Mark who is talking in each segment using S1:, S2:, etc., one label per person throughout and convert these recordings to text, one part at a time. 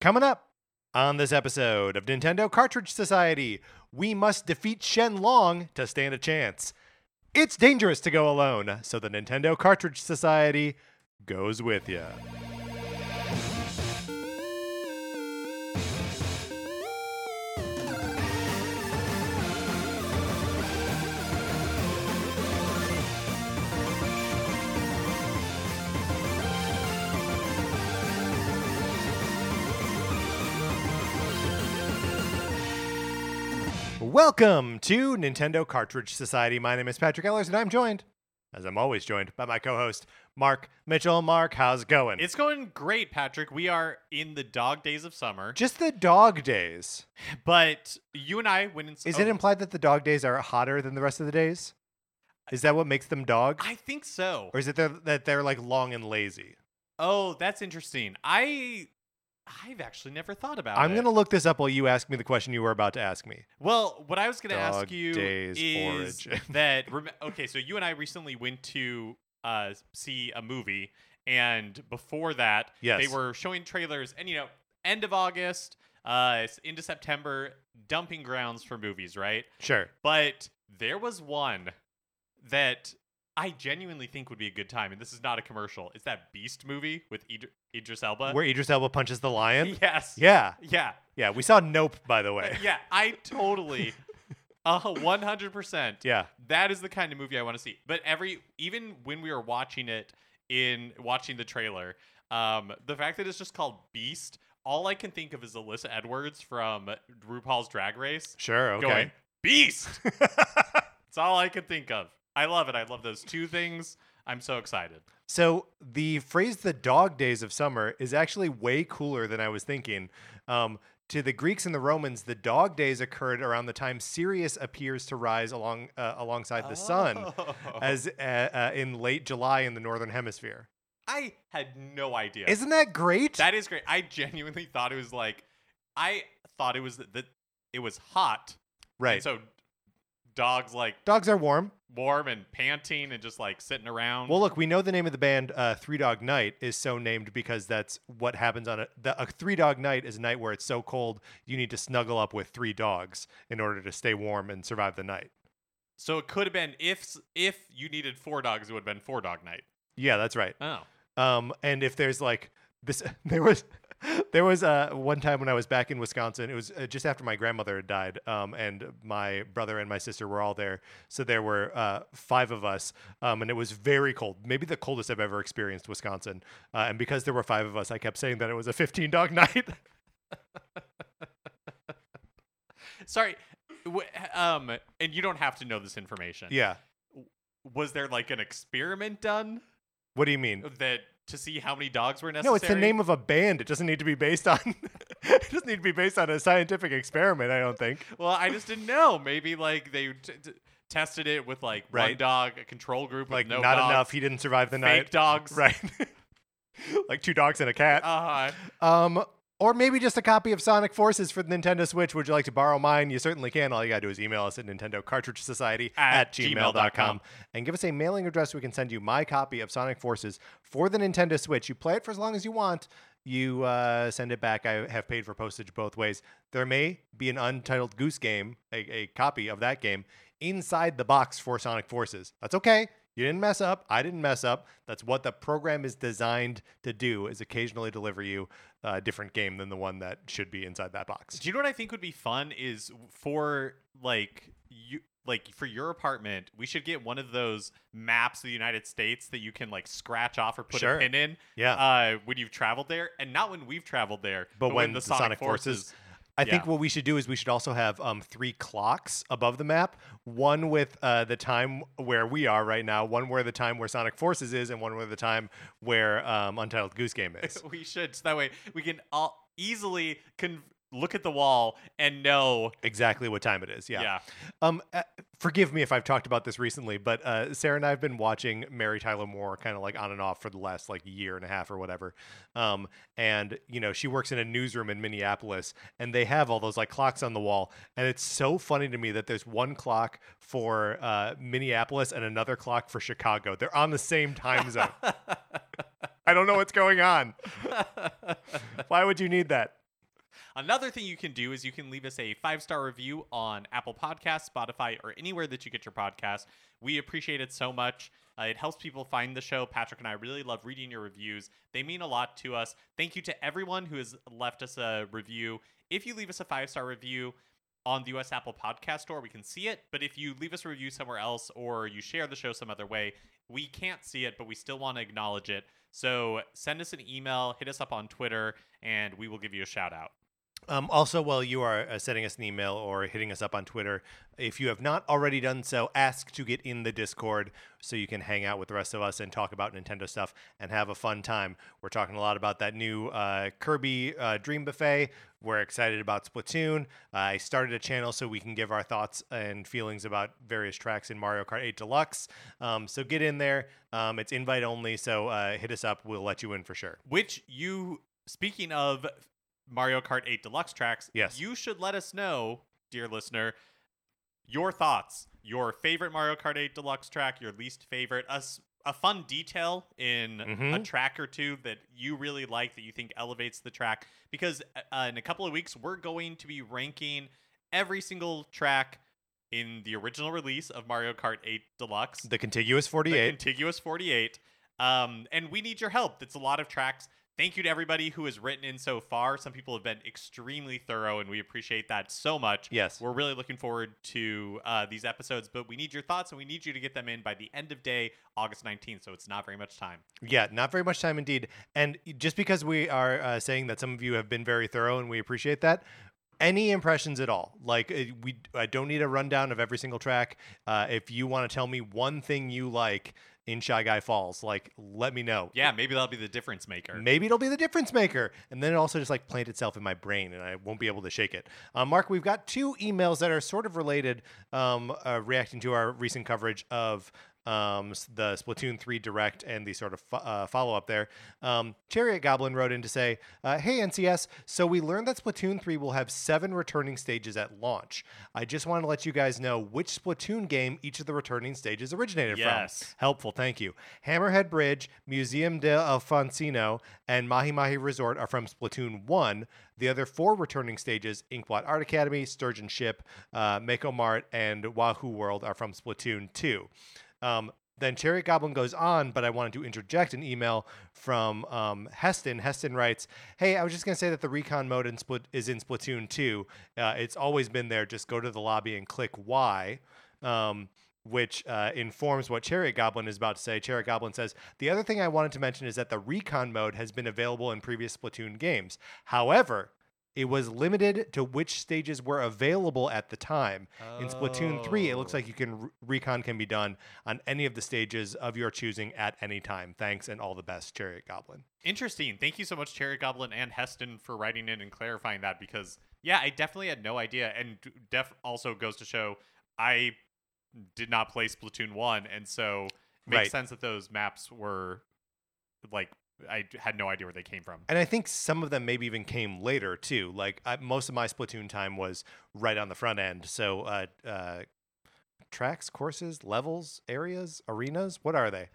S1: Coming up on this episode of Nintendo Cartridge Society, we must defeat Shen Long to stand a chance. It's dangerous to go alone, so the Nintendo Cartridge Society goes with you. Welcome to Nintendo Cartridge Society. My name is Patrick Ellers, and I'm joined, as I'm always joined, by my co host, Mark Mitchell. Mark, how's it going?
S2: It's going great, Patrick. We are in the dog days of summer,
S1: just the dog days.
S2: but you and I went. And, oh,
S1: Is it implied that the dog days are hotter than the rest of the days? Is that what makes them dog?
S2: I think so.
S1: Or is it that that they're like long and lazy?
S2: Oh, that's interesting. I, I've actually never thought about it.
S1: I'm going to look this up while you ask me the question you were about to ask me.
S2: Well, what I was going to
S1: Dog
S2: ask you
S1: days
S2: is
S1: origin.
S2: that rem- okay? So you and I recently went to uh, see a movie, and before that,
S1: Yes.
S2: they were showing trailers, and you know, end of August, uh, it's into September, dumping grounds for movies, right?
S1: Sure.
S2: But there was one that I genuinely think would be a good time, and this is not a commercial. It's that Beast movie with Idr- Idris Elba.
S1: Where Idris Elba punches the lion?
S2: yes.
S1: Yeah.
S2: Yeah.
S1: Yeah. We saw Nope, by the
S2: Uh,
S1: way.
S2: Yeah. I totally, uh, 100%.
S1: Yeah.
S2: That is the kind of movie I want to see. But every, even when we were watching it in watching the trailer, um, the fact that it's just called Beast, all I can think of is Alyssa Edwards from RuPaul's Drag Race
S1: Sure. Okay.
S2: going beast. It's all I could think of. I love it. I love those two things. I'm so excited.
S1: So the phrase "the dog days of summer" is actually way cooler than I was thinking. Um, to the Greeks and the Romans, the dog days occurred around the time Sirius appears to rise along uh, alongside the sun,
S2: Oh.
S1: as uh, uh, in late July in the northern hemisphere.
S2: I had no idea.
S1: Isn't that great?
S2: that is great. I genuinely thought it was like I thought it was that that it was hot. and
S1: right.
S2: so dogs like
S1: Dogs are warm.
S2: warm and panting and just like sitting around.
S1: Well, look, we know the name of the band uh, Three Dog Night is so named because that's what happens on a, the, a three dog night is a night where it's so cold you need to snuggle up with three dogs in order to stay warm and survive the night.
S2: so it could have been if s- if you needed four dogs, it would have been four dog night.
S1: Yeah, that's right.
S2: Oh.
S1: Um, and if there's like this, there was there was uh, one time when I was back in Wisconsin. It was uh, just after my grandmother had died, um, and my brother and my sister were all there. So there were uh, five of us, um, and it was very cold. Maybe the coldest I've ever experienced Wisconsin. Uh, and because there were five of us, I kept saying that it was a 15 dog night.
S2: Sorry. W- um and you don't have to know this information.
S1: yeah.
S2: Was there like an experiment done?
S1: What do you mean?
S2: that to see how many dogs were necessary.
S1: No, it's the name of a band. It doesn't need to be based on. it doesn't need to be based on a scientific experiment. I don't think.
S2: Well, I just didn't know. Maybe like they t- t- tested it with like one
S1: Right.
S2: dog, a control group, with
S1: Like
S2: no
S1: not
S2: dogs,
S1: enough. He didn't survive the
S2: fake
S1: night.
S2: dogs.
S1: Right. like two dogs and a cat.
S2: Uh,
S1: Um, or maybe just a copy of Sonic Forces for the Nintendo Switch. Would you like to borrow mine? You certainly can. All you got to do is email us at Nintendo Cartridge Society
S2: At
S1: at gmail.com
S2: gmail.com.
S1: and give us a mailing address so we can send you my copy of Sonic Forces for the Nintendo Switch. You play it for as long as you want. You uh, send it back. I have paid for postage both ways. There may be an untitled Goose game, a, a copy of that game, inside the box for Sonic Forces. That's okay. You didn't mess up. I didn't mess up. That's what the program is designed to do: is occasionally deliver you a different game than the one that should be inside that box.
S2: do you know what I think would be fun is for like you like for your apartment, we should get one of those maps of the United States that you can like scratch off or put
S1: Sure.
S2: a pin in
S1: Yeah.
S2: uh, when you've traveled there, and not when we've traveled there,
S1: But when the
S2: Sonic,
S1: Sonic Forces- I think
S2: Yeah.
S1: what we should do is we should also have um, three clocks above the map. One with uh, the time where we are right now, one where the time where Sonic Forces is, and one where the time where um, Untitled Goose Game is.
S2: we should so that way we can all easily con- look at the wall and know
S1: exactly what time it is.
S2: yeah,
S1: Yeah. Um, uh, forgive me if I've talked about this recently, but uh, Sarah and I have been watching Mary Tyler Moore kind of like on and off for the last like year and a half or whatever. Um, and you know she works in a newsroom in Minneapolis, and they have all those like clocks on the wall, and it's so funny to me that there's one clock for uh, Minneapolis and another clock for Chicago. They're on the same time zone. I don't know what's going on. Why would you need that?
S2: Another thing you can do is you can leave us a five star review on Apple Podcasts, Spotify, or anywhere that you get your podcast. We appreciate it so much. Uh, it helps people find the show. Patrick and I really love reading your reviews. They mean a lot to us. Thank you to everyone who has left us a review. If you leave us a five star review, on the US Apple Podcast Store. We can see it, but if you leave us a review somewhere else or you share the show some other way, we can't see it, but we still want to acknowledge it. So send us an email, hit us up on Twitter, and we will give you a shout out.
S1: Um, also, while you are uh, sending us an email or hitting us up on Twitter, if you have not already done so, ask to get in the Discord so you can hang out with the rest of us and talk about Nintendo stuff and have a fun time. We're talking a lot about that new uh, Kirby uh, Dream Buffet. We're excited about Splatoon. I started a channel so we can give our thoughts and feelings about various tracks in Mario Kart 8 Deluxe. Um, so get in there. Um, it's invite only, so uh, hit us up. We'll let you in for sure.
S2: Which you, speaking of Mario Kart 8 Deluxe tracks,
S1: Yes.
S2: you should let us know, dear listener, your thoughts, your favorite Mario Kart 8 Deluxe track, your least favorite, us. A fun detail in a
S1: Mhm.
S2: track or two that you really like that you think elevates the track. Because uh, in a couple of weeks, we're going to be ranking every single track in the original release of Mario Kart 8 Deluxe
S1: The Contiguous 48.
S2: the contiguous 48 um, and we need your help that's a lot of tracks thank you to everybody who has written in so far some people have been extremely thorough and we appreciate that so much
S1: yes.
S2: we're really looking forward to uh, these episodes but we need your thoughts and we need you to get them in by the end of day august 19th so it's not very much time
S1: Yeah, not very much time indeed. And just because we are uh, saying that some of you have been very thorough and we appreciate that, any impressions at all? Like uh, we, I don't need a rundown of every single track. Uh, if you want to tell me one thing you like in Shy Guy Falls, like let me know.
S2: yeah maybe that'll be the difference maker
S1: Maybe it'll be the difference maker. And then it also just like plant itself in my brain and I won't be able to shake it. Uh, Mark, we've got two emails that are sort of related, um, uh, reacting to our recent coverage of um, s- the Splatoon 3 Direct and the sort of fo- uh, follow up there. Um, Chariot Goblin wrote in to say, uh, Hey, NCS, so we learned that Splatoon 3 will have seven returning stages at launch. I just want to let you guys know which Splatoon game each of the returning stages originated from.
S2: Yes.
S1: Helpful, thank you. Hammerhead Bridge, Museum de Alfonsino, and Mahi Mahi Resort are from Splatoon 1. The other four returning stages, Inkblot Art Academy, Sturgeon Ship, uh, Mako Mart, and Wahoo World are from Splatoon 2. Um, then Chariot Goblin goes on, but I wanted to interject an email from um, Heston. Heston writes, "Hey, I was just gonna say that the recon mode in Split is in Splatoon 2. Uh, it's always been there. Just go to the lobby and click Y." Um, which uh, informs what Chariot Goblin is about to say. Chariot Goblin says, The other thing I wanted to mention is that the recon mode has been available in previous Splatoon games. However, it was limited to which stages were available at the time. In Splatoon 3, it looks
S2: Oh.
S1: like you can recon can be done on any of the stages of your choosing at any time. Thanks and all the best, Chariot Goblin.
S2: Interesting. Thank you so much, Cherry Goblin and Heston, for writing in and clarifying that because, yeah, I definitely had no idea. And def also goes to show I did not play Splatoon 1. And so makes
S1: Right.
S2: sense that those maps were like, I d- had no idea where they came from.
S1: And I think some of them maybe even came later too. Like I, most of my Splatoon time was right on the front end. So uh, uh, tracks, courses, levels, areas, arenas. What are they?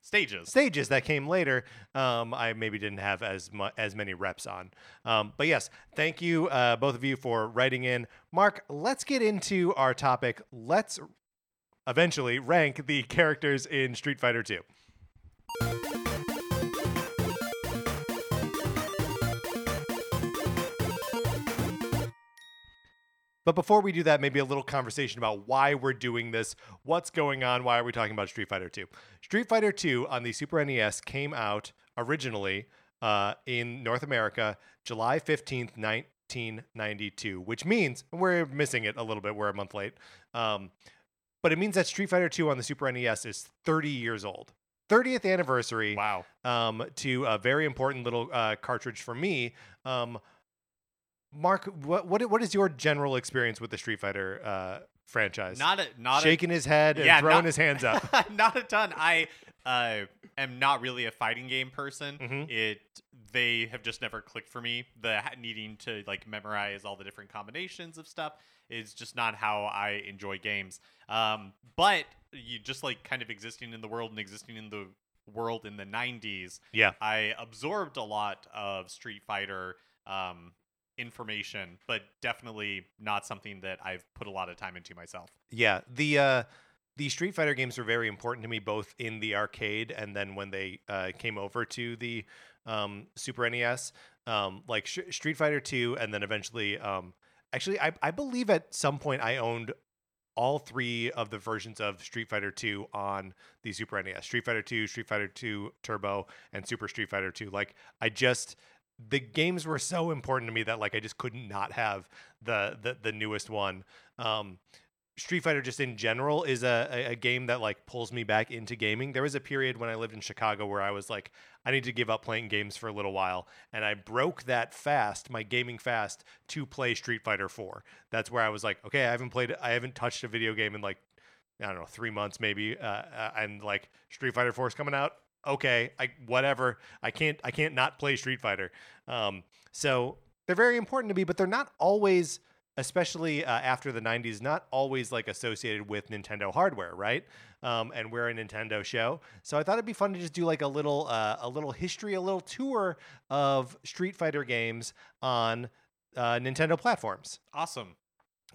S2: Stages.
S1: stages that came later um, i maybe didn't have as mu- as many reps on um, but yes thank you uh, both of you for writing in mark let's get into our topic let's eventually rank the characters in street fighter 2 But before we do that, maybe a little conversation about why we're doing this. What's going on? Why are we talking about Street Fighter 2? Street Fighter 2 on the Super NES came out originally uh, in North America July 15th, 1992, which means we're missing it a little bit. We're a month late. Um, but it means that Street Fighter 2 on the Super NES is 30 years old. 30th anniversary
S2: Wow.
S1: um, to a very important little uh, cartridge for me. Um, Mark, what, what what is your general experience with the Street Fighter uh, franchise?
S2: Not a, not a
S1: shaking his head and
S2: Yeah,
S1: throwing
S2: not-
S1: his hands up.
S2: not a ton. I uh, am not really a fighting game person.
S1: Mhm.
S2: It they have just never clicked for me. The ha- needing to like memorize all the different combinations of stuff is just not how I enjoy games. Um, but you just like kind of existing in the world and existing in the world in the 90s
S1: yeah,
S2: I absorbed a lot of Street Fighter um, information, but definitely not something that I've put a lot of time into myself.
S1: Yeah, the uh, the Street Fighter games were very important to me both in the arcade and then when they uh, came over to the um, Super NES, um, like Sh- Street Fighter Two, and then eventually, um, actually, I, I believe at some point I owned all three of the versions of Street Fighter Two on the Super NES: Street Fighter Two, Street Fighter Two Turbo, and Super Street Fighter Two. Like I just the games were so important to me that like I just couldn't not have the the, the newest one. Um, Street Fighter just in general is a, a, a game that like pulls me back into gaming. There was a period when I lived in Chicago where I was like, I need to give up playing games for a little while, and I broke that fast, my gaming fast, to play Street Fighter 4. That's where I was like, okay, I haven't played, I haven't touched a video game in like, I don't know, three months maybe, uh, uh, and like Street Fighter 4 is coming out. Okay, I whatever. I can't, I can't not play Street Fighter. Um, so they're very important to me, but they're not always especially uh, after the 90s, not always like associated with Nintendo hardware, right? Um, and we're a Nintendo show, so I thought it'd be fun to just do like a little uh, a little history, a little tour of Street Fighter games on uh, Nintendo platforms.
S2: Awesome.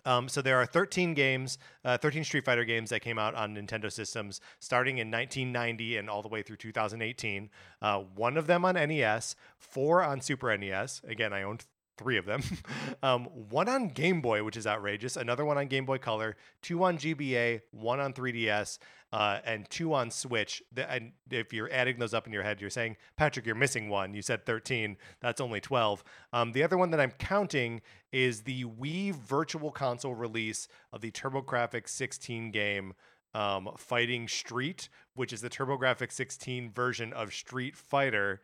S1: Um, so there are 13 games, uh, 13 Street Fighter games that came out on Nintendo systems starting in 1990 and all the way through 2018. Uh, one of them on NES, four on Super NES. Again, I owned three of them. um, one on Game Boy, which is outrageous. Another one on Game Boy Color. Two on GBA. One on 3DS. Uh, and two on Switch. The, and if you're adding those up in your head, you're saying, Patrick, you're missing one. You said 13. That's only 12. Um, the other one that I'm counting is the Wii Virtual Console release of the TurboGrafx 16 game. Um, Fighting Street, which is the TurboGrafx 16 version of Street Fighter,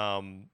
S1: Um,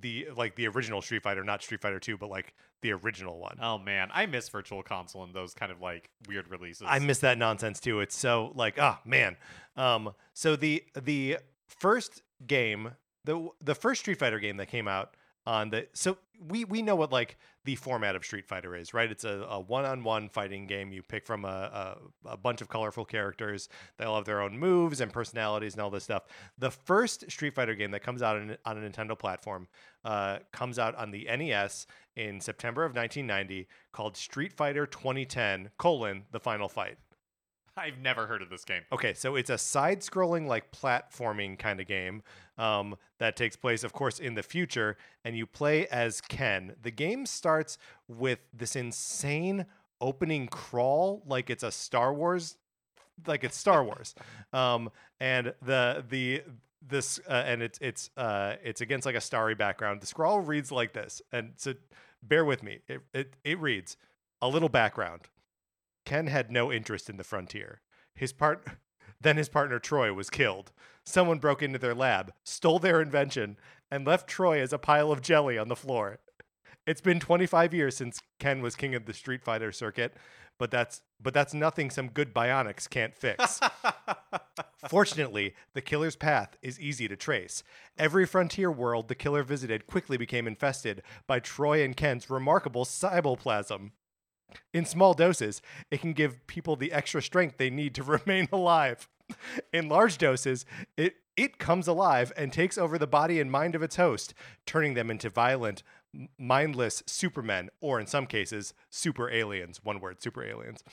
S1: the like the original Street Fighter, not Street Fighter Two, but like the original one.
S2: Oh man, I miss Virtual Console and those kind of like weird releases.
S1: I miss that nonsense too. It's so like ah man. Um, so the the first game, the the first Street Fighter game that came out on the so we we know what like the format of Street Fighter is, right? It's a, a one-on-one fighting game. You pick from a, a, a bunch of colorful characters. They all have their own moves and personalities and all this stuff. The first Street Fighter game that comes out on, on a Nintendo platform uh, comes out on the NES in September of 1990, called Street Fighter 2010: colon The Final Fight.
S2: I've never heard of this game.
S1: Okay, so it's a side scrolling, like platforming kind of game um, that takes place, of course, in the future, and you play as Ken. The game starts with this insane opening crawl, like it's a Star Wars, like it's Star Wars. Um, and the, the, this uh, and it's it's uh it's against like a starry background the scroll reads like this and so bear with me it it, it reads a little background Ken had no interest in the frontier. His part then his partner Troy was killed. Someone broke into their lab, stole their invention, and left Troy as a pile of jelly on the floor. It's been 25 years since Ken was king of the Street Fighter circuit, but that's but that's nothing some good bionics can't fix. Fortunately, the killer's path is easy to trace. Every frontier world the killer visited quickly became infested by Troy and Ken's remarkable cyboplasm. In small doses, it can give people the extra strength they need to remain alive. In large doses, it, it comes alive and takes over the body and mind of its host, turning them into violent, m- mindless supermen, or in some cases, super aliens. One word, super aliens.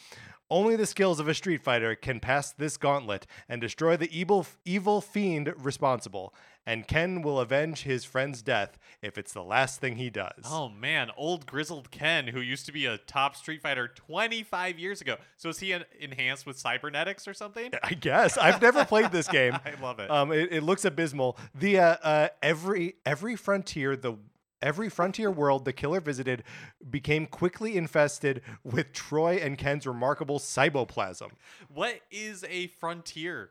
S1: Only the skills of a street fighter can pass this gauntlet and destroy the evil, evil fiend responsible. And Ken will avenge his friend's death if it's the last thing he does.
S2: Oh man, old grizzled Ken, who used to be a top Street Fighter 25 years ago. So is he en- enhanced with cybernetics or something?
S1: I guess I've never played this game.
S2: I love it.
S1: Um, it, it looks abysmal. The uh, uh, every every frontier the every frontier world the killer visited became quickly infested with Troy and Ken's remarkable cyboplasm.
S2: What is a frontier?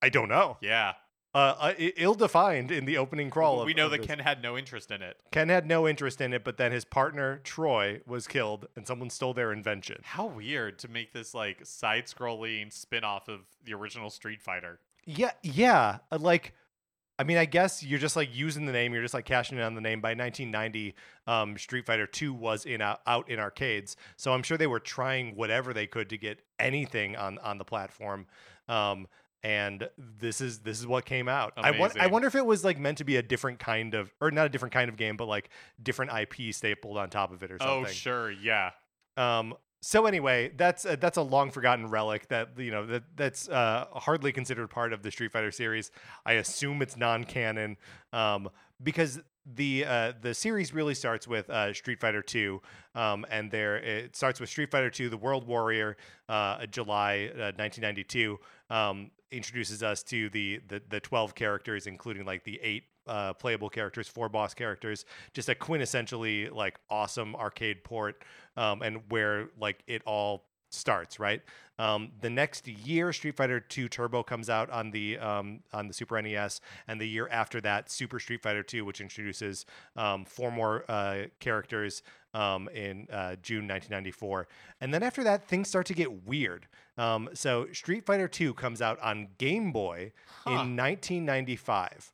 S1: I don't know.
S2: Yeah.
S1: Uh, uh, i- ill-defined in the opening crawl. of-
S2: we know
S1: of
S2: that
S1: this.
S2: Ken had no interest in it.
S1: Ken had no interest in it, but then his partner Troy was killed, and someone stole their invention.
S2: How weird to make this like side scrolling spin off of the original Street Fighter.
S1: Yeah, yeah. uh, Like, I mean, I guess you're just like using the name. You're just like cashing in on the name. By 1990, um, Street Fighter II was in out, out in arcades, so I'm sure they were trying whatever they could to get anything on on the platform. Um, and this is this is what came out. I, won- I
S2: Amazing.
S1: wonder if it was like meant to be a different kind of, or not a different kind of game, but like different IP stapled on top of it or
S2: Oh
S1: something.
S2: sure, yeah.
S1: Um, so anyway, that's a, that's a long forgotten relic that you know that that's uh, hardly considered part of the Street Fighter series. I assume it's non-canon um, because the uh, the series really starts with uh, Street Fighter Two, um, and there it starts with Street Fighter Two: The World Warrior, uh, July uh, 1992. Um, introduces us to the, the the 12 characters, including like the eight uh, playable characters, four boss characters, just a quintessentially like awesome arcade port um, and where like it all starts right um, the next year street fighter 2 turbo comes out on the um, on the super nes and the year after that super street fighter 2 which introduces um, four more uh, characters um, in uh, june 1994 and then after that things start to get weird um, so street fighter 2 comes out on game boy
S2: Huh.
S1: in 1995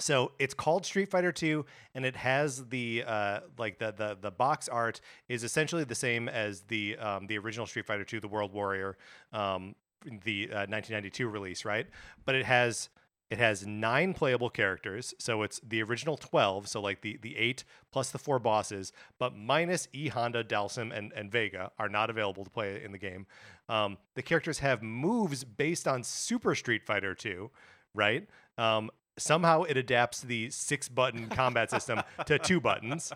S1: so it's called Street Fighter 2 and it has the uh, like the, the the box art is essentially the same as the um, the original Street Fighter 2 the World Warrior um, the uh, 1992 release right but it has it has nine playable characters so it's the original 12 so like the the 8 plus the four bosses but minus E Honda Dalsim and and Vega are not available to play in the game um, the characters have moves based on Super Street Fighter 2 right um, somehow it adapts the six button combat system to two buttons.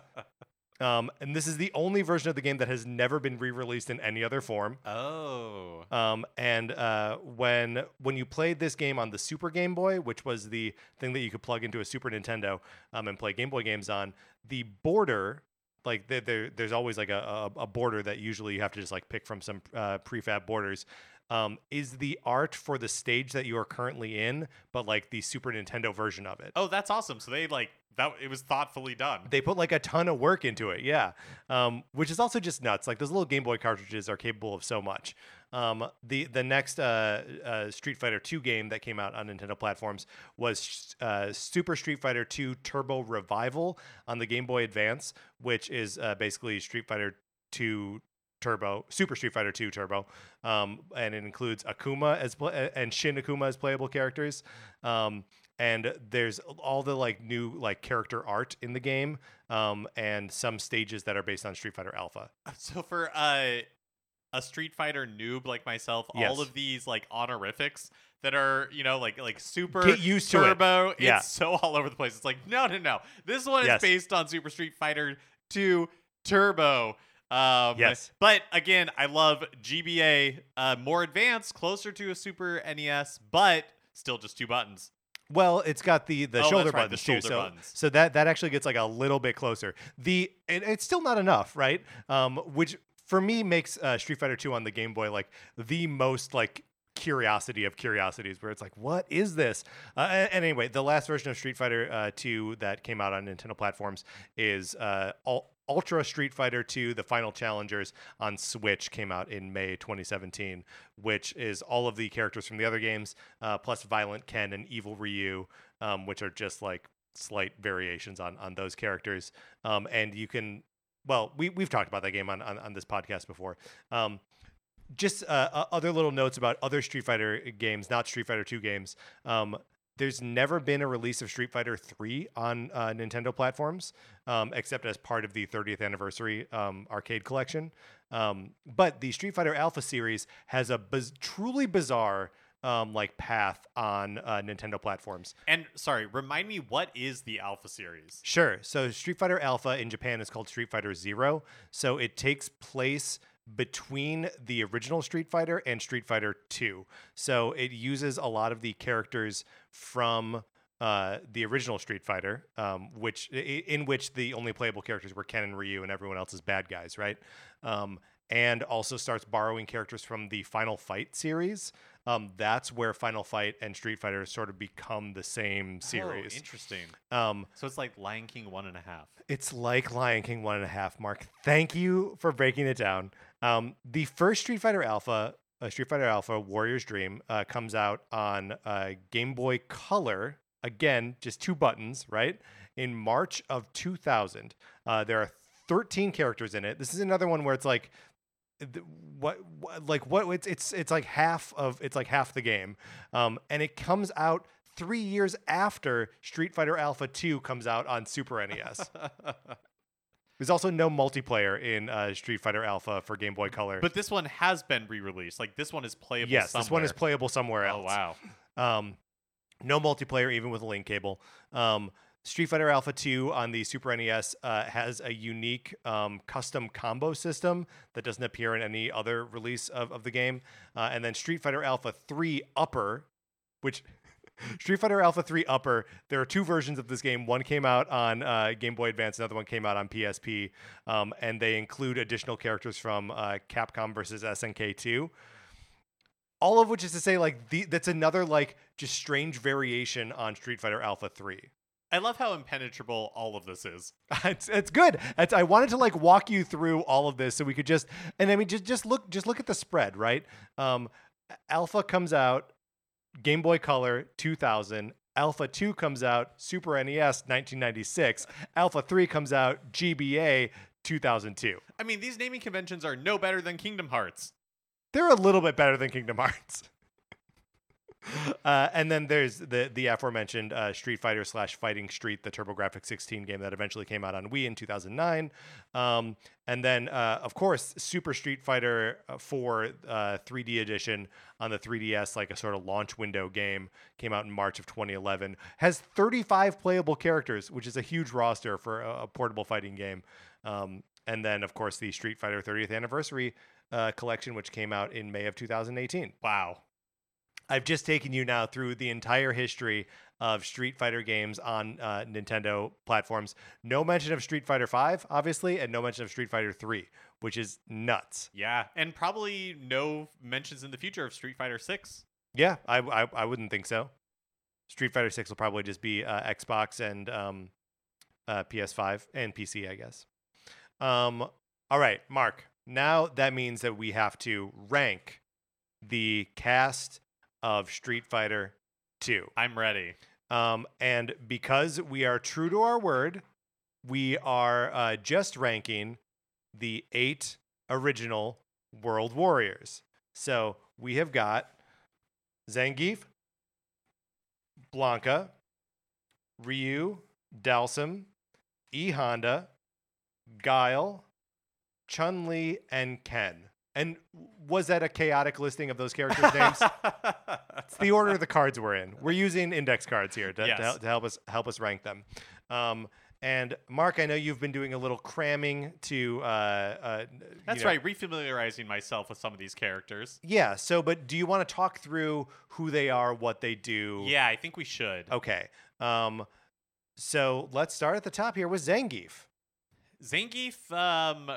S1: Um, and this is the only version of the game that has never been re released in any other form.
S2: Oh.
S1: Um, and uh, when when you played this game on the Super Game Boy, which was the thing that you could plug into a Super Nintendo um, and play Game Boy games on, the border, like there, there there's always like a, a, a border that usually you have to just like pick from some uh, prefab borders, um, is the art for the stage that you are currently in, but like the Super Nintendo version of it.
S2: Oh, that's awesome. So they like that it was thoughtfully done.
S1: They put like a ton of work into it, yeah. Um, which is also just nuts. Like those little Game Boy cartridges are capable of so much. Um, the the next uh, uh, Street Fighter II game that came out on Nintendo platforms was uh, Super Street Fighter II Turbo Revival on the Game Boy Advance, which is uh, basically Street Fighter II Turbo, Super Street Fighter II Turbo, um, and it includes Akuma as pla and Shin Akuma as playable characters. Um, and there's all the like new like character art in the game, um, and some stages that are based on Street Fighter Alpha.
S2: So for uh, a Street Fighter noob like myself,
S1: Yes.
S2: all of these like honorifics that are you know like like super
S1: Get used to it.
S2: turbo. It's
S1: Yeah.
S2: so all over the place. It's like no no no. This one
S1: Yes.
S2: is based on Super Street Fighter Two Turbo. Um,
S1: Yes.
S2: But again, I love GBA uh, more advanced, closer to a Super NES, but still just two buttons.
S1: Well, it's got the the
S2: Oh,
S1: shoulder
S2: that's right, the
S1: buttons too,
S2: shoulder
S1: so
S2: buttons.
S1: so that that actually gets like a little bit closer. The and it's still not enough, right? Um, which for me makes uh, Street Fighter Two on the Game Boy like the most like curiosity of curiosities, where it's like, what is this? Uh, a- and anyway, the last version of Street Fighter uh, Two that came out on Nintendo platforms is uh, all. Ultra Street Fighter 2 The Final Challengers on Switch came out in May 2017, which is all of the characters from the other games uh, plus Violent Ken and Evil Ryu, um, which are just like slight variations on on those characters. Um, and you can, well, we we've talked about that game on on, on this podcast before. Um, just uh, o- other little notes about other Street Fighter games, not Street Fighter Two games. Um, there's never been a release of Street Fighter Three on uh, Nintendo platforms, um, except as part of the 30th anniversary um, arcade collection. Um, but the Street Fighter Alpha series has a biz- truly bizarre um, like path on uh, Nintendo platforms.
S2: And sorry, remind me what is the Alpha series?
S1: Sure. So Street Fighter Alpha in Japan is called Street Fighter Zero. So it takes place between the original Street Fighter and Street Fighter Two. So it uses a lot of the characters from uh, the original Street Fighter, um, which i- in which the only playable characters were Ken and Ryu, and everyone else is bad guys, right? Um, and also starts borrowing characters from the Final Fight series. Um, that's where Final Fight and Street Fighter sort of become the same
S2: Oh,
S1: series.
S2: interesting.
S1: um,
S2: So it's like Lion King one and a half.
S1: it's like Lion King one and a half. Mark, thank you for breaking it down. Um, the first Street Fighter Alpha, uh, Street Fighter Alpha Warrior's Dream, uh, comes out on uh, Game Boy Color. Again, just two buttons, right? In March of 2000, uh, there are 13 characters in it. This is another one where it's like th- what, what like what it's it's it's like half of it's like half the game, um, and it comes out three years after Street Fighter Alpha Two comes out on Super NES. There's also no multiplayer in uh, Street Fighter Alpha for Game Boy Color.
S2: But this one has been re-released. Like this one is playable.
S1: yes, this one is
S2: somewhere.
S1: playable somewhere else.
S2: Oh wow.
S1: Um, no multiplayer, even with a link cable. Um, Street Fighter Alpha 2 on the Super NES uh, has a unique um, custom combo system that doesn't appear in any other release of, of the game. Uh, and then Street Fighter Alpha 3 Upper, which. Street Fighter Alpha 3 Upper, there are two versions of this game. One came out on uh, Game Boy Advance, another one came out on PSP. Um, and they include additional characters from uh, Capcom versus SNK 2 all of which is to say like the, that's another like just strange variation on street fighter alpha 3
S2: I love how impenetrable all of this is.
S1: it's, it's good it's, i wanted to like walk you through all of this so we could just and i mean just just look just look at the spread right um alpha comes out game boy color 2000 alpha 2 comes out super E nes 1996 alpha 3 comes out gba 2002
S2: I mean, these naming conventions are no better than Kingdom Hearts.
S1: they're a little bit better than Kingdom Hearts. Uh, and then there's the the aforementioned uh, Street Fighter slash Fighting Street, the TurboGrafx 16 game that eventually came out on Wii in 2009. Um, and then, uh, of course, Super Street Fighter uh, 4 uh, 3D edition on the 3DS, like a sort of launch window game, came out in March of 2011. Has 35 playable characters, which is a huge roster for a, a portable fighting game. Um, and then, of course, the Street Fighter 30th anniversary uh, collection, which came out in May of 2018.
S2: Wow.
S1: I've just taken you now through the entire history of Street Fighter games on uh, Nintendo platforms. No mention of Street Fighter Five, obviously, and no mention of Street Fighter Three, which is nuts.
S2: Yeah, and probably no mentions in the future of Street Fighter 6.
S1: Yeah, I I, I wouldn't think so. Street Fighter Six will probably just be uh, Xbox and um, uh, PS5 and PC, I guess. Um, all right, Mark. Now that means that we have to rank the cast of Street Fighter Two.
S2: I'm ready.
S1: Um, and because we are true to our word, we are uh, just ranking the eight original World Warriors. So we have got Zangief, Blanca, Ryu, Dalsum, E Honda, Guile, Chun Li, and Ken. And was that a chaotic listing of those characters' names? It's the order the cards were in. We're using index cards here to,
S2: Yes.
S1: to, hel- to help us help us rank them. Um, and Mark, I know you've been doing a little cramming to. Uh, uh, n- you
S2: That's
S1: know-
S2: right, refamiliarizing myself with some of these characters.
S1: Yeah. So, but do you want to talk through who they are, what they do?
S2: Yeah, I think we should.
S1: Okay. Um, so let's start at the top here with Zangief.
S2: Zangief, um,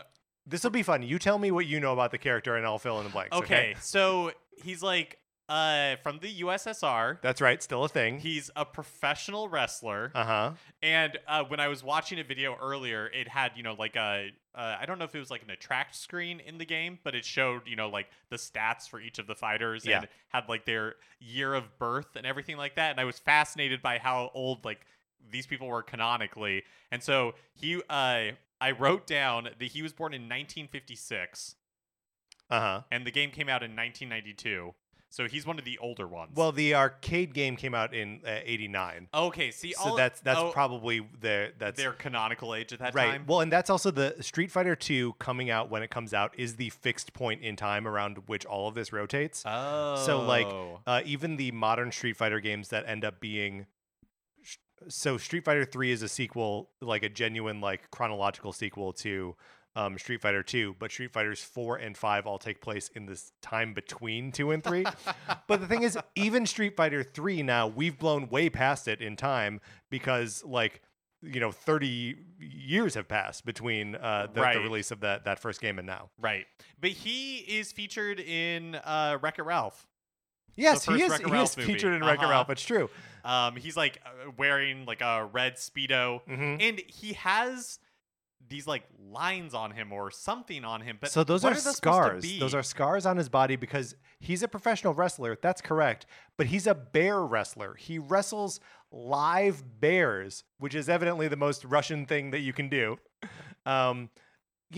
S1: This will be fun. You tell me what you know about the character, and I'll fill in the blanks. Okay.
S2: okay, so he's like uh, from the USSR.
S1: That's right. Still a thing.
S2: He's a professional wrestler.
S1: Uh huh.
S2: And uh, when I was watching a video earlier, it had you know like a uh, I don't know if it was like an attract screen in the game, but it showed you know like the stats for each of the fighters
S1: Yeah.
S2: and had like their year of birth and everything like that. And I was fascinated by how old like these people were canonically. And so he uh, I wrote down that he was born in 1956
S1: Uh huh.
S2: and the game came out in 1992. So he's one of the older ones.
S1: Well, the arcade game came out in uh, '89.
S2: okay, see,
S1: So
S2: all,
S1: that's that's
S2: oh,
S1: probably their that's
S2: their canonical age at that
S1: right.
S2: time.
S1: Well, and that's also the Street Fighter 2 coming out when it comes out is the fixed point in time around which all of this rotates.
S2: Oh,
S1: So, like, Uh, even the modern Street Fighter games that end up being sh- so Street Fighter 3 is a sequel, like a genuine like chronological sequel to um, Street Fighter 2, but Street Fighters 4 and 5 all take place in this time between 2 and 3. but the thing is, even Street Fighter 3 now, we've blown way past it in time because like you know 30 years have passed between uh, the,
S2: Right.
S1: the release of that that first game and now
S2: Right. But he is featured in uh, Wreck It Ralph.
S1: yes he
S2: first
S1: is,
S2: Wreck-It
S1: he is
S2: Ralph movie.
S1: featured in wreck
S2: Uh-huh.
S1: ralph it's true
S2: Um, he's like uh, wearing like a red Speedo.
S1: Mhm.
S2: And he has these like lines on him or something on him. But
S1: so those
S2: what
S1: are,
S2: those supposed to
S1: scars.
S2: be?
S1: Those are scars on his body because he's a professional wrestler. That's correct. But he's a bear wrestler. He wrestles live bears, which is evidently the most Russian thing that you can do. Um,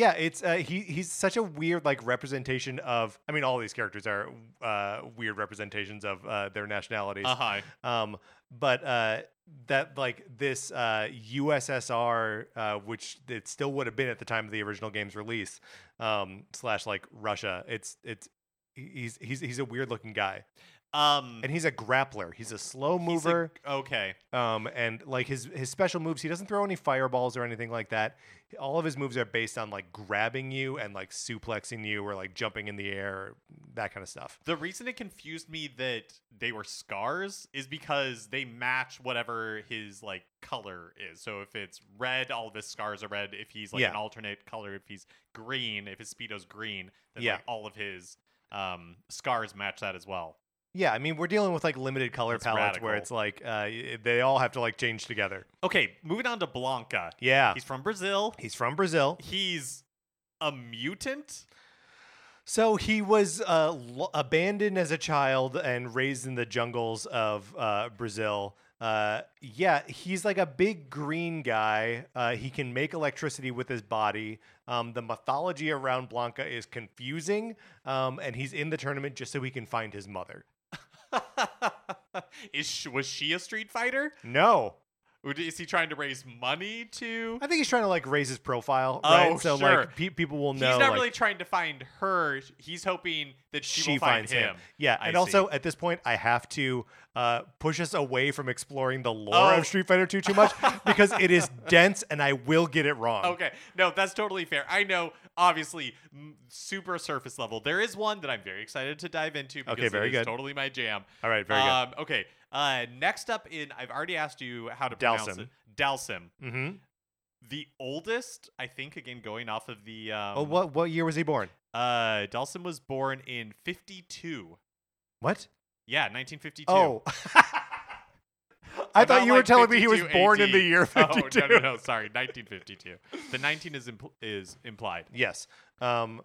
S1: Yeah, it's uh, he he's such a weird like representation of. I mean, all these characters are uh, weird representations of uh, their nationalities.
S2: Uh huh.
S1: Um, but uh, that like this uh, USSR, uh, which it still would have been at the time of the original game's release, um, slash like Russia. It's it's he- he's he's he's a weird looking guy,
S2: Um,
S1: and he's a grappler. He's a slow
S2: he's a-
S1: mover.
S2: okay.
S1: Um, and like his his special moves, he doesn't throw any fireballs or anything like that. All of his moves are based on like grabbing you and like suplexing you or like jumping in the air, or that kind of stuff.
S2: The reason it confused me that they were scars is because they match whatever his like color is. So if it's red, all of his scars are red. If he's like an
S1: Yeah.
S2: alternate color, if he's green, if his speedo's green, then
S1: Yeah.
S2: like all of his um scars match that as well.
S1: Yeah, I mean we're dealing with like limited color
S2: That's
S1: palettes where
S2: radical.
S1: it's like uh, y- they all have to like change together.
S2: Okay, moving on to Blanca.
S1: Yeah,
S2: He's from Brazil.
S1: he's from Brazil.
S2: He's a mutant.
S1: So he was uh, lo- abandoned as a child and raised in the jungles of uh, Brazil. Uh, yeah, he's like a big green guy. Uh, he can make electricity with his body. Um, the mythology around Blanca is confusing, um, and he's in the tournament just so he can find his mother.
S2: is sh- was she a street fighter?
S1: No,
S2: Or d- is he trying to raise money to?
S1: I think he's trying to like raise his profile,
S2: Oh,
S1: right? So
S2: sure.
S1: like pe- people will
S2: He's
S1: know.
S2: not
S1: like,
S2: really trying to find her. He's hoping that she, will find him.
S1: Yeah,
S2: I
S1: and also at this point, I have to uh, push us away from exploring the lore
S2: Oh.
S1: of Street Fighter 2 too much because it is dense, and I will get it wrong.
S2: Okay, no, that's totally fair. I know, obviously, m- super surface level. There is one that I'm very excited to dive into because
S1: Okay, very
S2: it is
S1: good.
S2: totally my jam.
S1: All right, very
S2: um, Okay, uh, next up in, I've already asked you how to pronounce
S1: Dalsim.
S2: it. Dalsim.
S1: good. Mm-hmm.
S2: The oldest, I think, again, going off of the. Um,
S1: oh, what what year was he born?
S2: Uh, Dalsim was born in 52.
S1: What?
S2: Yeah, 1952.
S1: Oh, I
S2: About,
S1: thought you were
S2: like,
S1: telling me he was
S2: 52
S1: born in
S2: AD.
S1: the year
S2: Oh,
S1: 52.
S2: no, no, no, sorry, 1952. The 19 is impl- is implied.
S1: Yes. Um,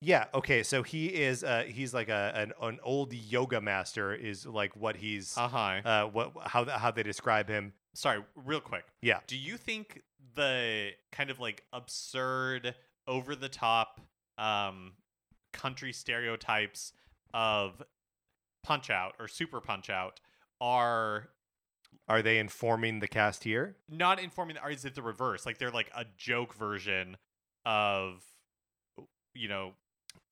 S1: yeah. Okay. So he is. Uh, he's like a an, an old yoga master. Is like what he's.
S2: Uh huh.
S1: Uh, what how how they describe him?
S2: Sorry, real quick.
S1: Yeah.
S2: Do you think the kind of like absurd, over the top, um, country stereotypes of Punch Out or Super Punch Out are
S1: Are they informing the cast here?
S2: not informing or is it the reverse like they're like a joke version of you know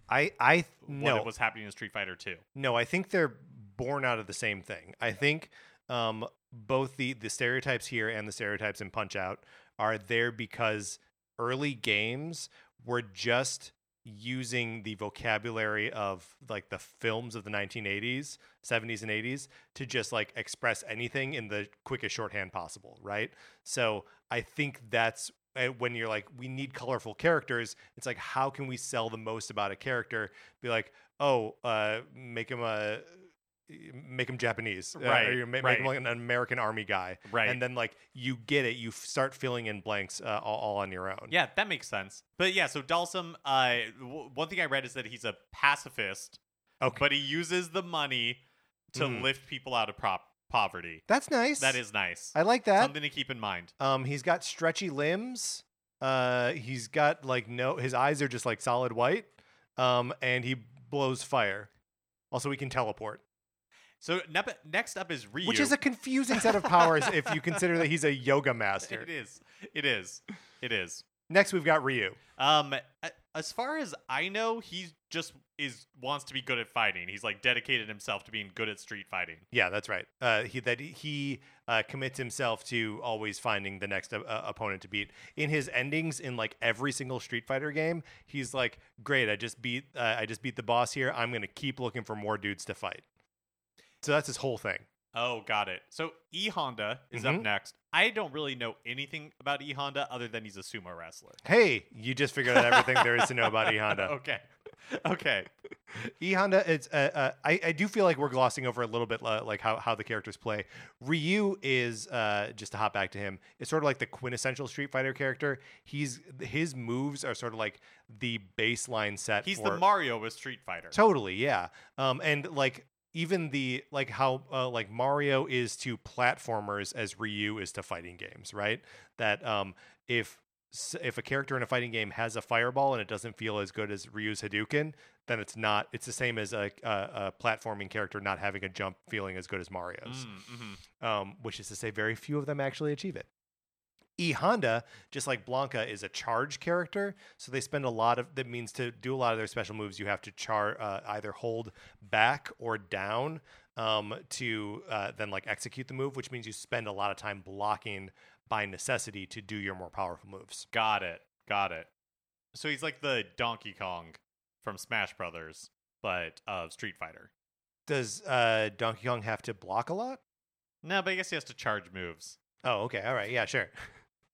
S1: I I th-
S2: what
S1: no.
S2: was happening in street fighter 2
S1: No, I think they're born out of the same thing. I think um, both the the stereotypes here and the stereotypes in Punch Out are there because early games were just using the vocabulary of like the films of the 1980s, 70s and 80s to just like express anything in the quickest shorthand possible, right? So, I think that's uh, when you're like we need colorful characters, it's like how can we sell the most about a character? Be like, "Oh, uh make him a make him Japanese." uh,
S2: Right,
S1: or you ma- make
S2: right.
S1: him like an American army guy.
S2: right
S1: And then like you get it, you f- start filling in blanks uh, all, all on your own.
S2: yeah that makes sense but yeah so dalsum uh w- one thing i read is that he's a pacifist
S1: Okay.
S2: but he uses the money to
S1: Mhm.
S2: lift people out of prop- poverty
S1: That's nice.
S2: that is nice
S1: I like that.
S2: something to keep in mind
S1: Um, he's got stretchy limbs. Uh, he's got like no, his eyes are just like solid white. Um, and he blows fire. Also, he can teleport,
S2: so nep- next up is Ryu.
S1: which is a confusing set of powers if you consider that he's a yoga master.
S2: it is it is it is
S1: Next, we've got Ryu.
S2: Um, a- as far as I know, he just is wants to be good at fighting. He's like dedicated himself to being good at street fighting.
S1: Yeah, that's right. Uh, he that he uh, commits himself to always finding the next uh, uh, opponent to beat. In his endings, in like every single Street Fighter game, he's like, "Great, I just beat uh, I just beat the boss here. I'm gonna keep looking for more dudes to fight." So that's his whole thing.
S2: Oh, got it. So E Honda is up
S1: Mhm.
S2: next. I don't really know anything about E Honda other than he's a sumo wrestler.
S1: Hey, you just figured out everything there is to know about E Honda.
S2: okay, okay.
S1: E Honda, it's uh, uh, I, I do feel like we're glossing over a little bit uh, like how, how the characters play. Ryu is uh, just to hop back to him. It's sort of like the quintessential Street Fighter character. He's his moves are sort of like the baseline set.
S2: He's
S1: for,
S2: the Mario with Street Fighter.
S1: Totally, yeah. Um, and like even the like how uh, like Mario is to platformers as Ryu is to fighting games, right? That um, if s- if a character in a fighting game has a fireball and it doesn't feel as good as Ryu's Hadouken, then it's not. It's the same as a, a, a platforming character not having a jump feeling as good as Mario's,
S2: Mm, mhm.
S1: um, which is to say, very few of them actually achieve it. E Honda, just like Blanca, is a charge character, so they spend a lot of. That means to do a lot of their special moves, you have to char uh, either hold back or down um, to uh, then like execute the move, which means you spend a lot of time blocking by necessity to do your more powerful moves.
S2: Got it. Got it. So he's like the Donkey Kong from Smash Brothers, but of Street Fighter.
S1: Does uh, Donkey Kong have to block a lot?
S2: No, but I guess he has to charge moves.
S1: Oh, okay. All right. Yeah, sure.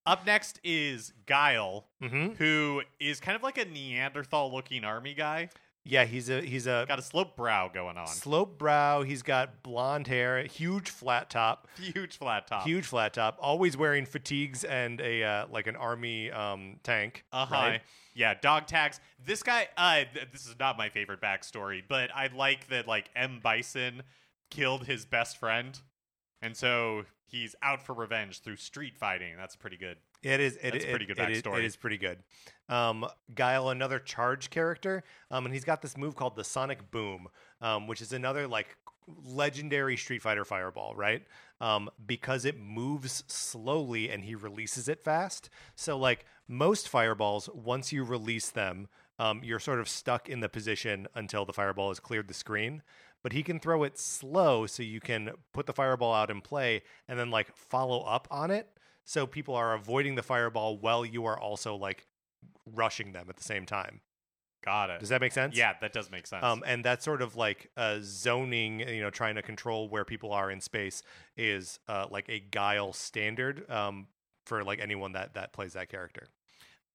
S2: Up next is Guile,
S1: hmm
S2: who is kind of like a Neanderthal looking army guy.
S1: Yeah, he's a he's a
S2: Got a sloped brow going on.
S1: slope brow. He's got blonde hair, huge flat top,
S2: Huge flat top.
S1: huge flat top. Always wearing fatigues and a uh, like an army um, tank.
S2: Uh huh.
S1: right?
S2: Yeah, dog tags. This guy. Uh, th- this is not my favorite backstory, but I like that. Like M Bison killed his best friend, and so he's out for revenge through street fighting. That's pretty good.
S1: It is. It,
S2: That's
S1: it-
S2: pretty good
S1: it is-
S2: backstory.
S1: it is pretty good. Um, Guile, another charge character, um, and he's got this move called the Sonic Boom, um, which is another like legendary Street Fighter fireball, right? Um, because it moves slowly and he releases it fast. So like most fireballs, once you release them, um, you're sort of stuck in the position until the fireball has cleared the screen. But he can throw it slow, so you can put the fireball out in play and then like follow up on it so people are avoiding the fireball while you are also like rushing them at the same time.
S2: Got it.
S1: Does that make sense?
S2: yeah, that does make sense.
S1: Um, and that sort of like uh, zoning, you know, trying to control where people are in space is uh, like a guile standard um, for like anyone that that plays that character.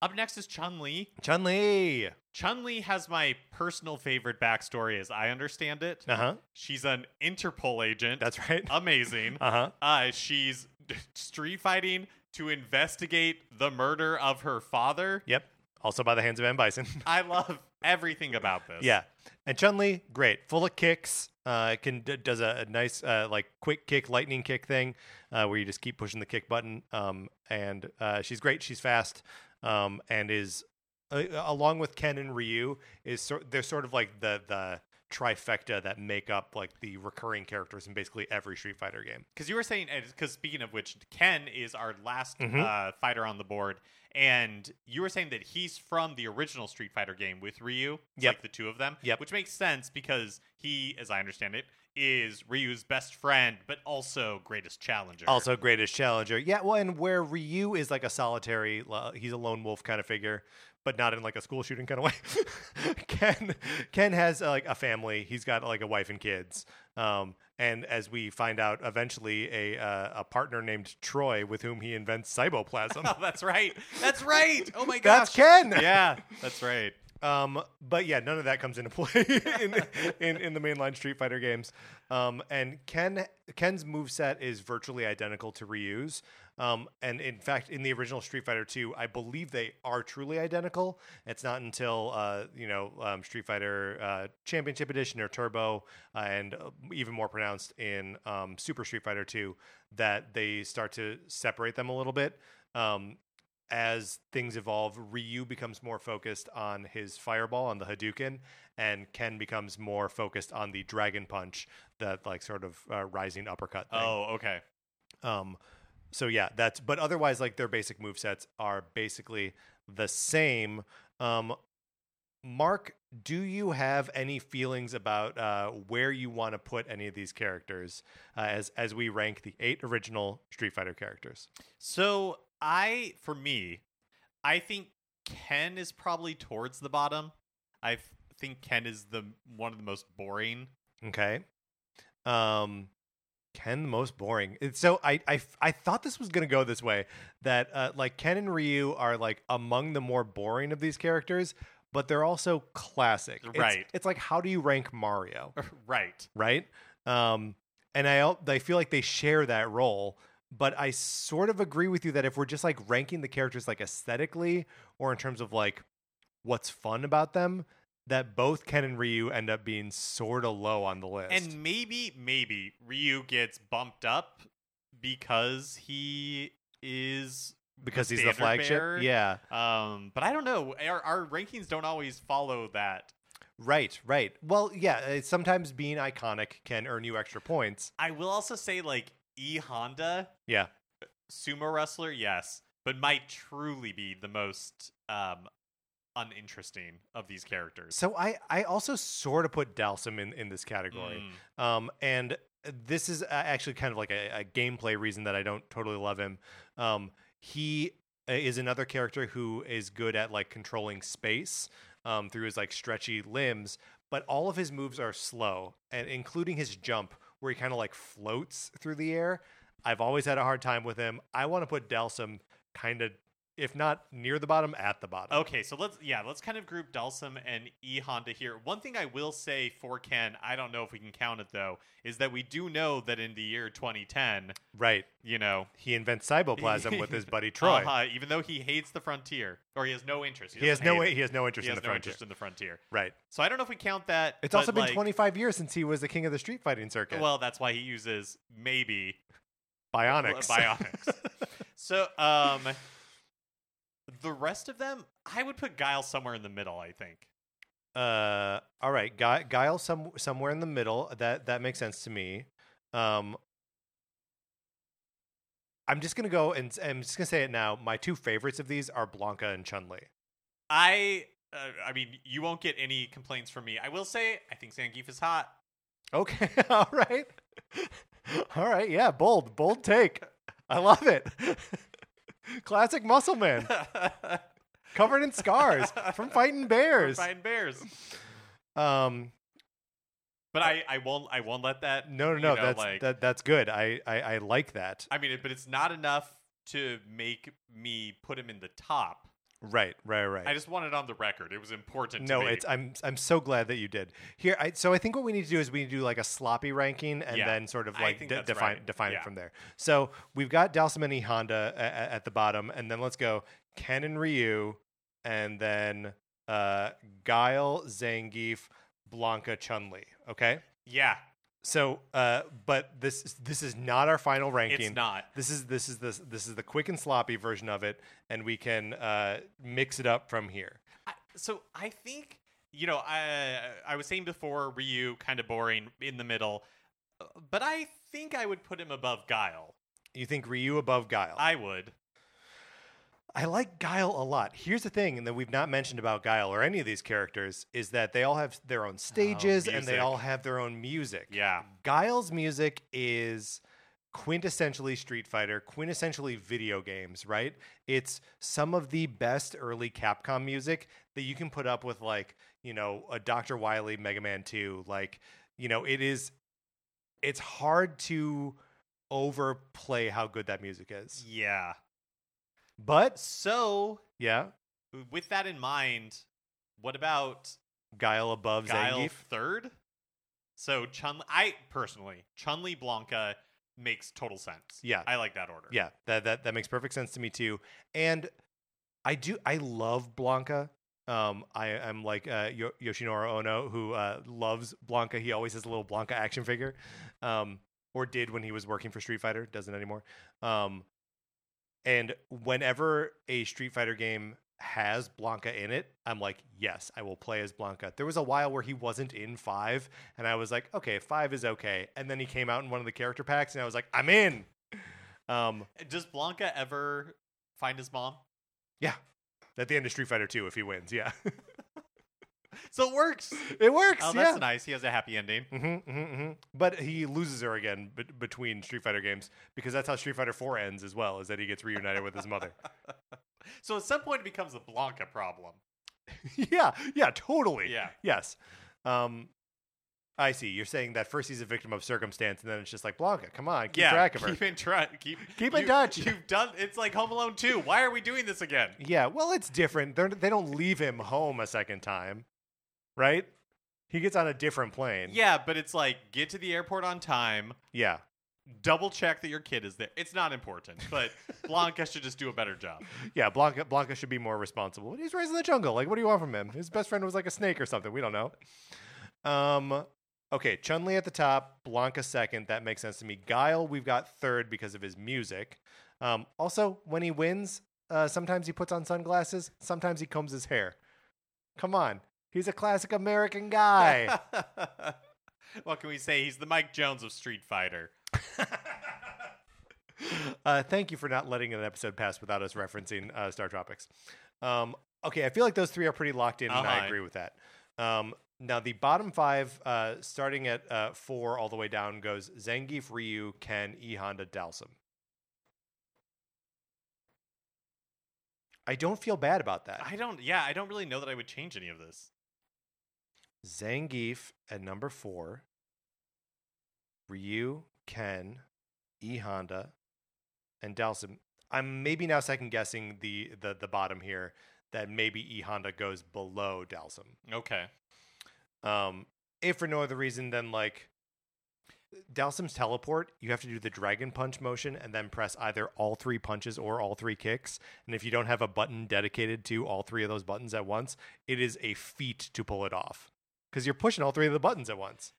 S2: Up next is Chun Li.
S1: Chun Li.
S2: Chun Li has my personal favorite backstory, as I understand it.
S1: Uh huh.
S2: She's an Interpol agent.
S1: That's right.
S2: amazing.
S1: Uh huh.
S2: Uh, she's street fighting to investigate the murder of her father.
S1: Yep. Also by the hands of M Bison.
S2: I love everything about this.
S1: Yeah, and Chun Li, great, full of kicks. Uh, can d- does a, a nice uh, like quick kick, lightning kick thing, uh, where you just keep pushing the kick button. Um, and uh, she's great. She's fast. Um, and is uh, along with Ken and Ryu is sort. They're sort of like the the trifecta that make up like the recurring characters in basically every Street Fighter game.
S2: Because you were saying, because speaking of which, Ken is our last
S1: Mhm.
S2: uh, fighter on the board, and you were saying that he's from the original Street Fighter game with Ryu, It's
S1: Yep.
S2: like the two of them,
S1: Yep.
S2: which makes sense because he, as I understand it, is Ryu's best friend, but also greatest challenger.
S1: Also, greatest challenger. Yeah, well, and where Ryu is like a solitary, lo- he's a lone wolf kind of figure, but not in like a school shooting kind of way. Ken, Ken has uh, like a family. He's got like a wife and kids. Um, and as we find out, eventually a uh, a partner named Troy, with whom he invents cyboplasm.
S2: oh, that's right, that's right. Oh my gosh,
S1: That's Ken.
S2: yeah, that's right.
S1: Um, but yeah, none of that comes into play in, in in the mainline Street Fighter games. Um, and Ken Ken's moveset is virtually identical to Ryu's. Um, and in fact, in the original Street Fighter 2, I believe they are truly identical. It's not until uh, you know um, Street Fighter uh, Championship Edition or Turbo, uh, and uh, even more pronounced in um, Super Street Fighter 2, that they start to separate them a little bit. Um, as things evolve, Ryu becomes more focused on his fireball on the Hadouken, and Ken becomes more focused on the Dragon Punch, that like sort of uh, rising uppercut thing.
S2: Oh, okay.
S1: Um, so yeah, that's but otherwise, like their basic movesets are basically the same. Um, Mark, do you have any feelings about uh, where you want to put any of these characters uh, as as we rank the eight original Street Fighter characters?
S2: So I, for me, I think Ken is probably towards the bottom. I f- think Ken is the one of the most boring.
S1: Okay. Um Ken the most boring. It's so I I f- I thought this was going to go this way that uh like Ken and Ryu are like among the more boring of these characters, but they're also classic. It's-
S2: Right.
S1: It's, like how do you rank Mario,
S2: right.
S1: right? Um and I al- I feel like they share that role, but I sort of agree with you that if we're just like ranking the characters like aesthetically or in terms of like what's fun about them, that both Ken and Ryu end up being sort of low on the list.
S2: And maybe, maybe Ryu gets bumped up because he is
S1: because he's the
S2: Standard
S1: flagship.
S2: bearer.
S1: Yeah.
S2: Um, but I don't know. Our, our rankings don't always follow that.
S1: Right, right. Well, yeah, uh, sometimes being iconic can earn you extra points.
S2: I will also say like E Honda,
S1: Yeah.
S2: sumo wrestler, yes, but might truly be the most um uninteresting of these characters.
S1: So I I also sort of put Dalsum in in this category.
S2: Mm,
S1: Um and this is uh, actually kind of like a, a gameplay reason that I don't totally love him. Um he uh, is another character who is good at like controlling space um through his like stretchy limbs, but all of his moves are slow and including his jump where he kind of like floats through the air. I've always had a hard time with him. I want to put Dalsum kind of if not near the bottom at the bottom.
S2: Okay, so let's yeah, let's kind of group Dalsum and E Honda here. One thing I will say for Ken, I don't know if we can count it though, is that we do know that in the year 2010,
S1: Right.
S2: you know,
S1: He invents cyboplasm with his buddy Troy.
S2: uh-huh, even though he hates the frontier or he has no interest,
S1: He has
S2: doesn't
S1: no
S2: hate it.
S1: he has no interest
S2: he
S1: in
S2: has
S1: the
S2: no
S1: frontier.
S2: interest in the frontier.
S1: Right.
S2: So I don't know if we count that.
S1: It's
S2: but,
S1: also been
S2: like,
S1: 25 years since he was the king of the street fighting circuit.
S2: Well, that's why he uses maybe
S1: Bionics.
S2: bionics. so, um, the rest of them, I would put Guile somewhere in the middle. I think.
S1: uh, all right, Guy, Guile some somewhere in the middle. That that makes sense to me. Um, I'm just gonna go and s- I'm just gonna say it now. My two favorites of these are Blanca and Chun Li.
S2: I, uh, I mean, you won't get any complaints from me. I will say, I think Zangief is hot.
S1: Okay, all right, all right. Yeah, bold, bold take. I love it. Classic muscle man. covered in scars from fighting
S2: We're
S1: bears.
S2: fighting bears.
S1: Um,
S2: But I, I won't, I won't let that.
S1: no, no,
S2: you
S1: no,
S2: know,
S1: that's
S2: like-
S1: that, that's good. I, I I like that.
S2: I mean, it, but it's not enough to make me put him in the top.
S1: Right, right, right.
S2: I just want it on the record. It was important.
S1: no,
S2: to me.
S1: it's I'm I'm so glad that you did here. I, so I think what we need to do is we need to do like a sloppy ranking and
S2: Yeah,
S1: then sort of
S2: I
S1: like
S2: think
S1: de-
S2: that's
S1: define
S2: right.
S1: define it
S2: Yeah.
S1: from there. So we've got Dalsum and E Honda a- a- at the bottom, and then let's go Ken and Ryu, and then uh, Guile, Zangief, Blanca, Chun Li. Okay.
S2: yeah,
S1: So, uh, but this is- this is not our final ranking.
S2: it's not.
S1: This is this is this this is the quick and sloppy version of it, and we can uh, mix it up from here.
S2: I, so I think you know I I was saying before Ryu kind of boring in the middle, uh, but I think I would put him above Guile.
S1: You think Ryu above Guile? I,
S2: I would.
S1: like Guile a lot. Here's the thing that we've not mentioned about Guile or any of these characters is that they all have their own stages and they
S2: music.
S1: all have their own music.
S2: Yeah.
S1: Guile's music is quintessentially Street Fighter, quintessentially video games, right? It's some of the best early Capcom music that you can put up with, like, you know, a Dr. Wily Mega Man 2. Like, you know, it is, it's hard to overplay how good that music is.
S2: Yeah.
S1: But,
S2: So
S1: yeah,
S2: with that in mind, what about
S1: Guile above
S2: Guile
S1: Zangief.
S2: third? So Chun, I personally Chun Li Blanca makes total sense.
S1: Yeah.
S2: I like that order.
S1: Yeah, that, that that makes perfect sense to me too. And I do I love Blanca. Um, I am like uh, Yo- Yoshinori Ono, who uh, loves Blanca. He always has a little Blanca action figure, um, or did when he was working for Street Fighter. Doesn't anymore. Um, and whenever a Street Fighter game has Blanca in it, I'm like, yes, I will play as Blanca. There was a while where he wasn't in five, and I was like, okay, five is okay. And then he came out in one of the character packs, and I was like, I'm in. Um,
S2: Does Blanca ever find his mom?
S1: at the end of Street Fighter 2 if he wins. Yeah.
S2: So it works.
S1: it works.
S2: Oh, that's
S1: yeah.
S2: nice. He has a happy ending.
S1: Mhm, mhm, mhm. But he loses her again bet between Street Fighter games because that's how Street Fighter 4 ends as well, is that he gets reunited with his mother.
S2: So at some point it becomes a Blanca problem.
S1: yeah. Yeah, totally.
S2: Yeah.
S1: Yes. Um I see. You're saying that first he's a victim of circumstance and then it's just like Blanca, come on, keep
S2: yeah.
S1: track of her.
S2: Keep in track. Keep
S1: Keep in
S2: you-
S1: touch.
S2: You've done. It's like Home Alone 2. Why are we doing this again?
S1: Yeah, well it's different. They're, they don't leave him home a second time. Right? He gets on a different plane.
S2: Yeah, but it's like get to the airport on time.
S1: Yeah.
S2: Double check that your kid is there. It's not important, but Blanca should just do a better job.
S1: Yeah, Blanca Blanca should be more responsible. He's raised in the jungle. Like, what do you want from him? His best friend was like a snake or something. We don't know. Um, okay, Chun Li at the top, Blanca second. That makes sense to me. Guile, we've got third because of his music. Um, also, when he wins, Uh, sometimes he puts on sunglasses. Sometimes he combs his hair. Come on, he's a classic American guy.
S2: what can we say? He's the Mike Jones of Street Fighter.
S1: uh, thank you for not letting an episode pass without us referencing uh, Star Tropics. Um, okay, I feel like those three are pretty locked in, and I
S2: Uh-huh.
S1: agree with that. Um, now, the bottom five, uh, starting at uh, four all the way down, goes Zangief, Ryu, Ken, E Honda, Dalsum. I don't feel bad about that.
S2: I don't. Yeah, I don't really know that I would change any of this.
S1: Zangief at number four. Ryu, Ken, E Honda, and Dalsim. I'm maybe now second guessing the the the bottom here that maybe E Honda goes below Dalsim.
S2: Okay.
S1: Um, if for no other reason than like Dalsim's teleport, you have to do the dragon punch motion and then press either all three punches or all three kicks. And if you don't have a button dedicated to all three of those buttons at once, it is a feat to pull it off because you're pushing all three of the buttons at once.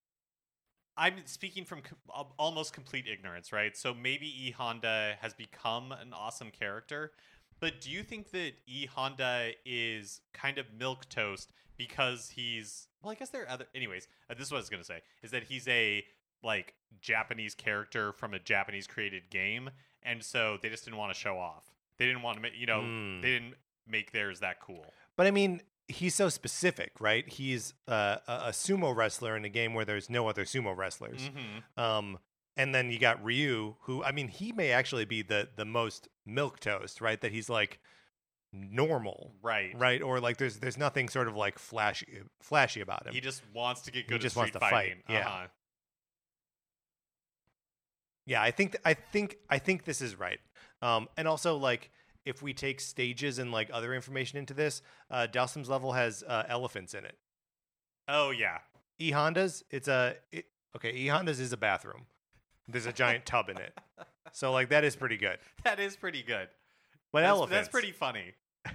S2: I'm speaking from com- al- almost complete ignorance, right? So maybe E Honda has become an awesome character, but do you think that E Honda is kind of milk toast because he's well? I guess there are other. Anyways, uh, this is what I was gonna say is that he's a like Japanese character from a Japanese created game, and so they just didn't want to show off. They didn't want to, ma- you know,
S1: Mm.
S2: they didn't make theirs that cool.
S1: But I mean, he's so specific, right? He's uh, a a sumo wrestler in a game where there's no other sumo wrestlers.
S2: hmm
S1: Um, and then you got Ryu, who I mean, he may actually be the the most milk toast, right? That he's like normal,
S2: Right.
S1: right? Or like there's there's nothing sort of like flashy uh, flashy about him.
S2: He just wants to get good. at
S1: just wants
S2: street
S1: to fight,
S2: fighting.
S1: yeah.
S2: Uh-huh.
S1: yeah, I think I think I think this is right. Um, and also like if we take stages and like other information into this, uh, Dalsim's level has uh, elephants in it.
S2: Oh yeah.
S1: E Honda's, it's a it, okay. E Honda's is a bathroom. There's a giant tub in it, so like that is pretty good.
S2: That is pretty good.
S1: But
S2: that's,
S1: elephants.
S2: That's pretty funny.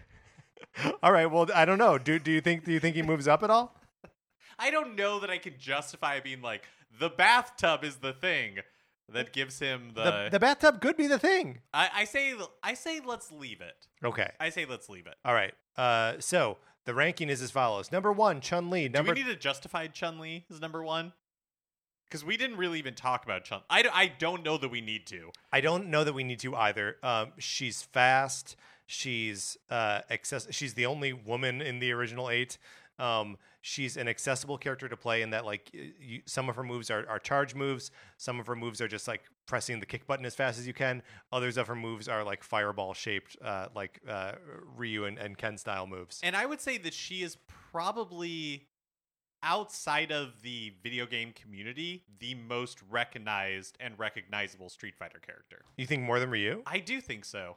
S1: All right. Well, I don't know. Do do you think do you think he moves up at all?
S2: I don't know that I can justify being like the bathtub is the thing that gives him the.
S1: The, the bathtub could be the thing.
S2: I, I say I say let's leave it.
S1: Okay.
S2: I say let's leave it.
S1: All right. Uh, so the ranking is as follows: number one, Chun Li. Number
S2: Do we need to justify Chun Li is number one? Because we didn't really even talk about Chun. I, d- I don't know that we need to.
S1: I don't know that we need to either. Um, she's fast. She's uh, access. She's the only woman in the original eight. Um, she's an accessible character to play in that, like, y- you, some of her moves are, are charge moves. Some of her moves are just like pressing the kick button as fast as you can. Others of her moves are like fireball shaped, uh, like uh, Ryu and, and Ken style moves.
S2: And I would say that she is probably outside of the video game community the most recognized and recognizable Street Fighter character.
S1: You think more than Ryu?
S2: I do think so.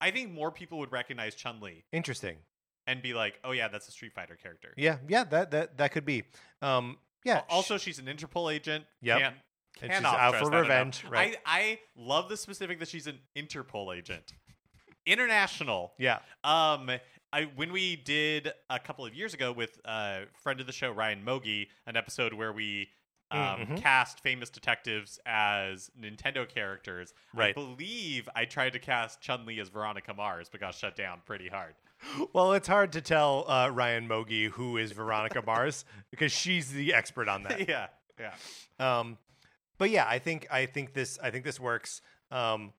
S2: I think more people would recognize Chun Li
S1: Interesting.
S2: and be like, "Oh yeah, that's a Street Fighter character."
S1: Yeah, yeah, that that that could be. Um, yeah.
S2: Al- Also, she's an Interpol agent.
S1: Yep.
S2: Can't,
S1: And she's
S2: cannot
S1: out
S2: stress
S1: for
S2: that enough.
S1: revenge, right.
S2: I, I love the specific that she's an Interpol agent. International.
S1: yeah.
S2: Um, I when we did a couple of years ago with uh, friend of the show Ryan Mogi, an episode where we um,
S1: Mhm.
S2: cast famous detectives as Nintendo characters. I
S1: Right.
S2: believe I tried to cast Chun Li as Veronica Mars, but got shut down pretty hard.
S1: Well, it's hard to tell uh, Ryan Mogi who is Veronica Mars because she's the expert on that.
S2: yeah, yeah.
S1: Um, but yeah, I think I think this I think this works. Um,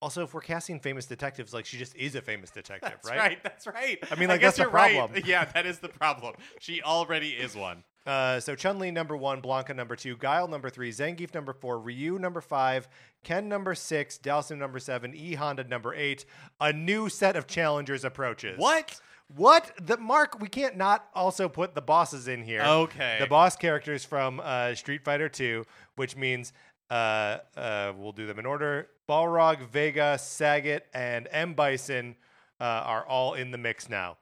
S1: also, if we're casting famous detectives, like she just is a famous detective,
S2: That's right? That's right. I
S1: mean, like,
S2: guess
S1: that's the
S2: you're right.
S1: problem.
S2: Yeah, that is the problem. She already is one.
S1: Uh, so Chun Li number one, Blanca number two, Guile number three, Zangief number four, Ryu number five, Ken number six, Dalsim number seven, E Honda number eight. A new set of challengers approaches.
S2: What?
S1: What? The Mark? We can't not also put the bosses in
S2: Oh,
S1: here.
S2: Okay.
S1: The boss characters from uh, Street Fighter Two, which means uh, uh, we'll do them in order. Balrog, Vega, Sagat, and M Bison uh, are all in the mix now.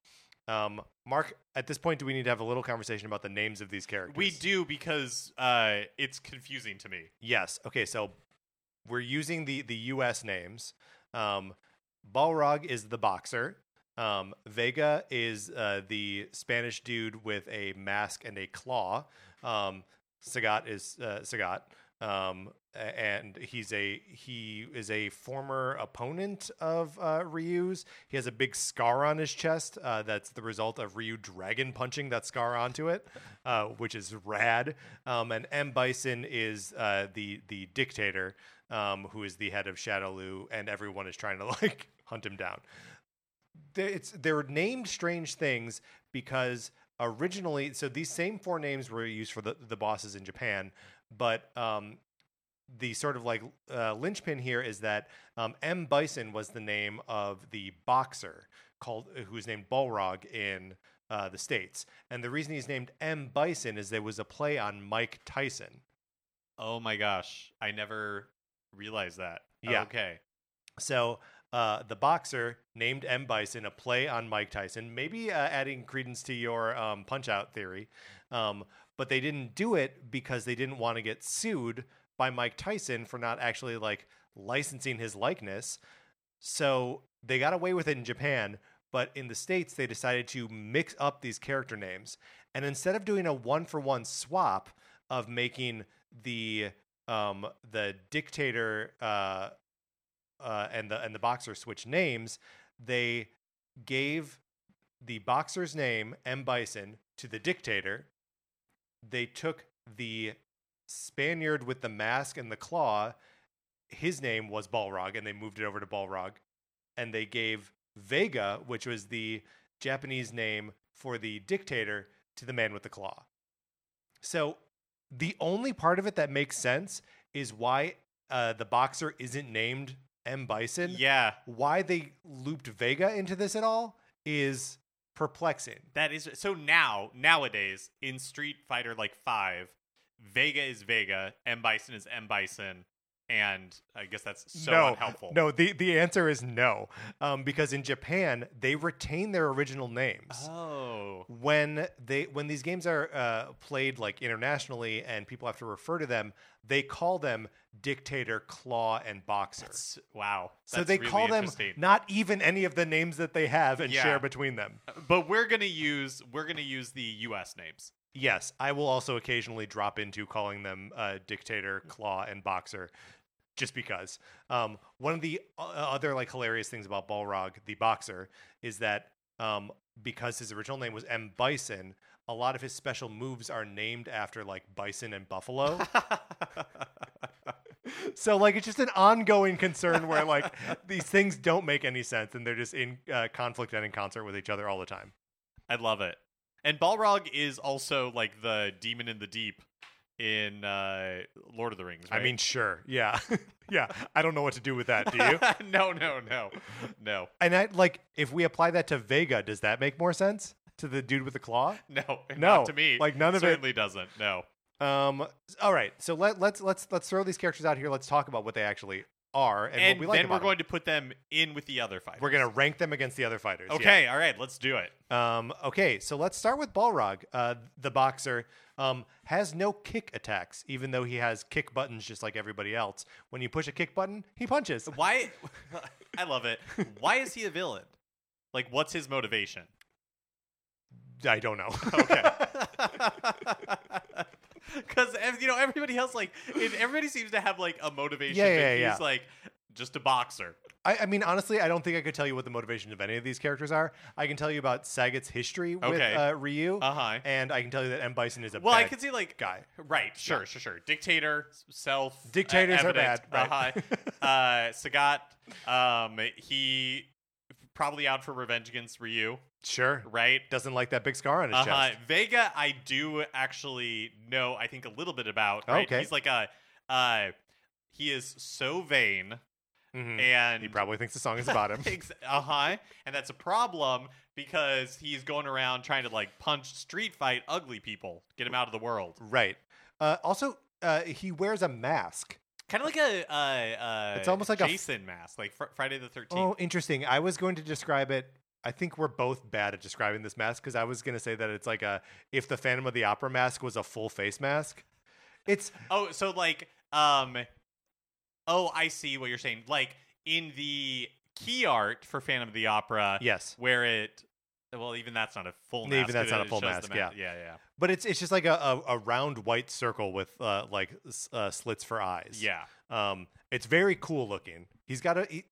S1: Um, Mark, at this point, do we need to have a little conversation about the names of these characters?
S2: We do because uh, it's confusing to me.
S1: Yes. Okay. So we're using the the U.S. names. Um, Balrog is the boxer. Um, Vega is uh, the Spanish dude with a mask and a claw. Um, Sagat is uh, Sagat. Um, a- and he's a he is a former opponent of uh, Ryu's. He has a big scar on his chest. Uh, that's the result of Ryu dragon punching that scar onto it, uh, which is rad. Um, and M Bison is uh, the the dictator, um, who is the head of Shadowloo, and everyone is trying to like hunt him down they- it's they're named strange things because originally so these same four names were used for the, the bosses in japan but um the sort of like uh, linchpin here is that um, M. Bison was the name of the boxer called who was named Balrog in uh, the states, and the reason he's named M. Bison is there was a play on Mike Tyson,
S2: Oh my gosh, I never realized that.
S1: Yeah.
S2: Okay.
S1: So uh, the boxer named M Bison a play on Mike Tyson, maybe uh, adding credence to your um, punch out theory, um, but they didn't do it because they didn't want to get sued by Mike Tyson for not actually like licensing his likeness. So they got away with it in Japan, but in the states they decided to mix up these character names, and instead of doing a one for one swap of making the um, the dictator. Uh, uh, and the and the boxer switched names, they gave the boxer's name M Bison to the dictator. They took the Spaniard with the mask and the claw. His name was Balrog, and they moved it over to Balrog. And they gave Vega, which was the Japanese name for the dictator, to the man with the claw. So the only part of it that makes sense is why uh, the boxer isn't named M. Bison
S2: Yeah.
S1: why they looped Vega into this at all is perplexing.
S2: That is so now nowadays in Street Fighter like 5, Vega is Vega, M Bison is M Bison, and I guess that's so unhelpful.
S1: no. The the answer is no, um, because in Japan they retain their original names.
S2: Oh.
S1: when they when these games are uh, played like internationally and people have to refer to them, they call them Dictator, Claw, and Boxer.
S2: That's, wow.
S1: so
S2: That's
S1: they
S2: really
S1: call them
S2: interesting.
S1: not even any of the names that they have and
S2: Yeah.
S1: share between them.
S2: But we're gonna use we're gonna use the U.S. names.
S1: Yes, I will also occasionally drop into calling them uh, dictator, claw, and boxer, just because. Um, one of the o- other like hilarious things about Balrog, the boxer, is that um, because his original name was M Bison, a lot of his special moves are named after like bison and buffalo. so like it's just an ongoing concern where like these things don't make any sense and they're just in uh, conflict and in concert with each other all the time.
S2: I love it. And Balrog is also like the demon in the deep in uh, Lord of the Rings.
S1: I
S2: right?
S1: mean, sure, yeah, yeah. I don't know what to do with that. Do you?
S2: no, no, no, no,
S1: And I like if we apply that to Vega, does that make more sense to the dude with the claw?
S2: no, no.
S1: No,
S2: Not to me,
S1: like, none of it-
S2: certainly doesn't. No.
S1: Um. All right. So let let's let's let's throw these characters out here. Let's talk about what they actually are and,
S2: And,
S1: what we like
S2: then we're
S1: about them.
S2: going to put them in with the other fighters.
S1: We're gonna rank them against the other fighters. yeah.
S2: Okay, all right, let's do it.
S1: Um. Okay. So let's start with Balrog. Uh, the boxer. Um, has no kick attacks, even though he has kick buttons just like everybody else. When you push a kick button, he punches.
S2: Why? I love it. Why is he a villain? Like, what's his motivation?
S1: I don't know.
S2: Okay. Because you know everybody else, like it, everybody seems to have like a motivation.
S1: Yeah,
S2: but
S1: yeah,
S2: he's
S1: yeah.
S2: like just a boxer.
S1: I, I mean, honestly, I don't think I could tell you what the motivations of any of these characters are. I can tell you about Saget's history with
S2: Okay.
S1: uh, Ryu,
S2: Uh huh.
S1: and I can tell you that M. Bison is a
S2: Well,
S1: bad
S2: I could Uh, see like
S1: guy.
S2: right, sure, sure, sure. Dictator, s- self, uh,
S1: Dictators are
S2: evident,
S1: bad, right.
S2: Uh-huh. uh, Sagat, um, he probably out for revenge against Ryu,
S1: Sure.
S2: right?
S1: Doesn't like that big scar on his
S2: Uh-huh.
S1: chest.
S2: Vega, I do actually know. I think a little bit about. Right?
S1: Okay.
S2: He's like a, uh, he is so vain,
S1: Mhm.
S2: and
S1: He probably thinks the song is about him.
S2: uh huh. And that's a problem because he's going around trying to like punch, street fight ugly people, get him out of the world.
S1: right. Uh, also, uh, he wears a mask.
S2: Kind of like a, uh, uh,
S1: It's almost like a f-
S2: Jason mask, like fr- Friday the
S1: Oh,
S2: Thirteenth.
S1: interesting. I was going to describe it. I think we're both bad at describing this mask because I was going to say that it's like a if the Phantom of the Opera mask was a full face mask. It's
S2: Oh. so like, um, oh, I see what you're saying. Like in the key art for Phantom of the Opera,
S1: yes.
S2: where it Well, even that's not a full
S1: Even
S2: mask.
S1: that's
S2: it-
S1: not a
S2: it
S1: full
S2: shows the
S1: mask,
S2: ma-
S1: yeah.
S2: Yeah, yeah.
S1: But it's it's just like a, a, a round white circle with uh, like s- uh, slits for eyes.
S2: Yeah.
S1: Um, it's very cool looking. He's got a he,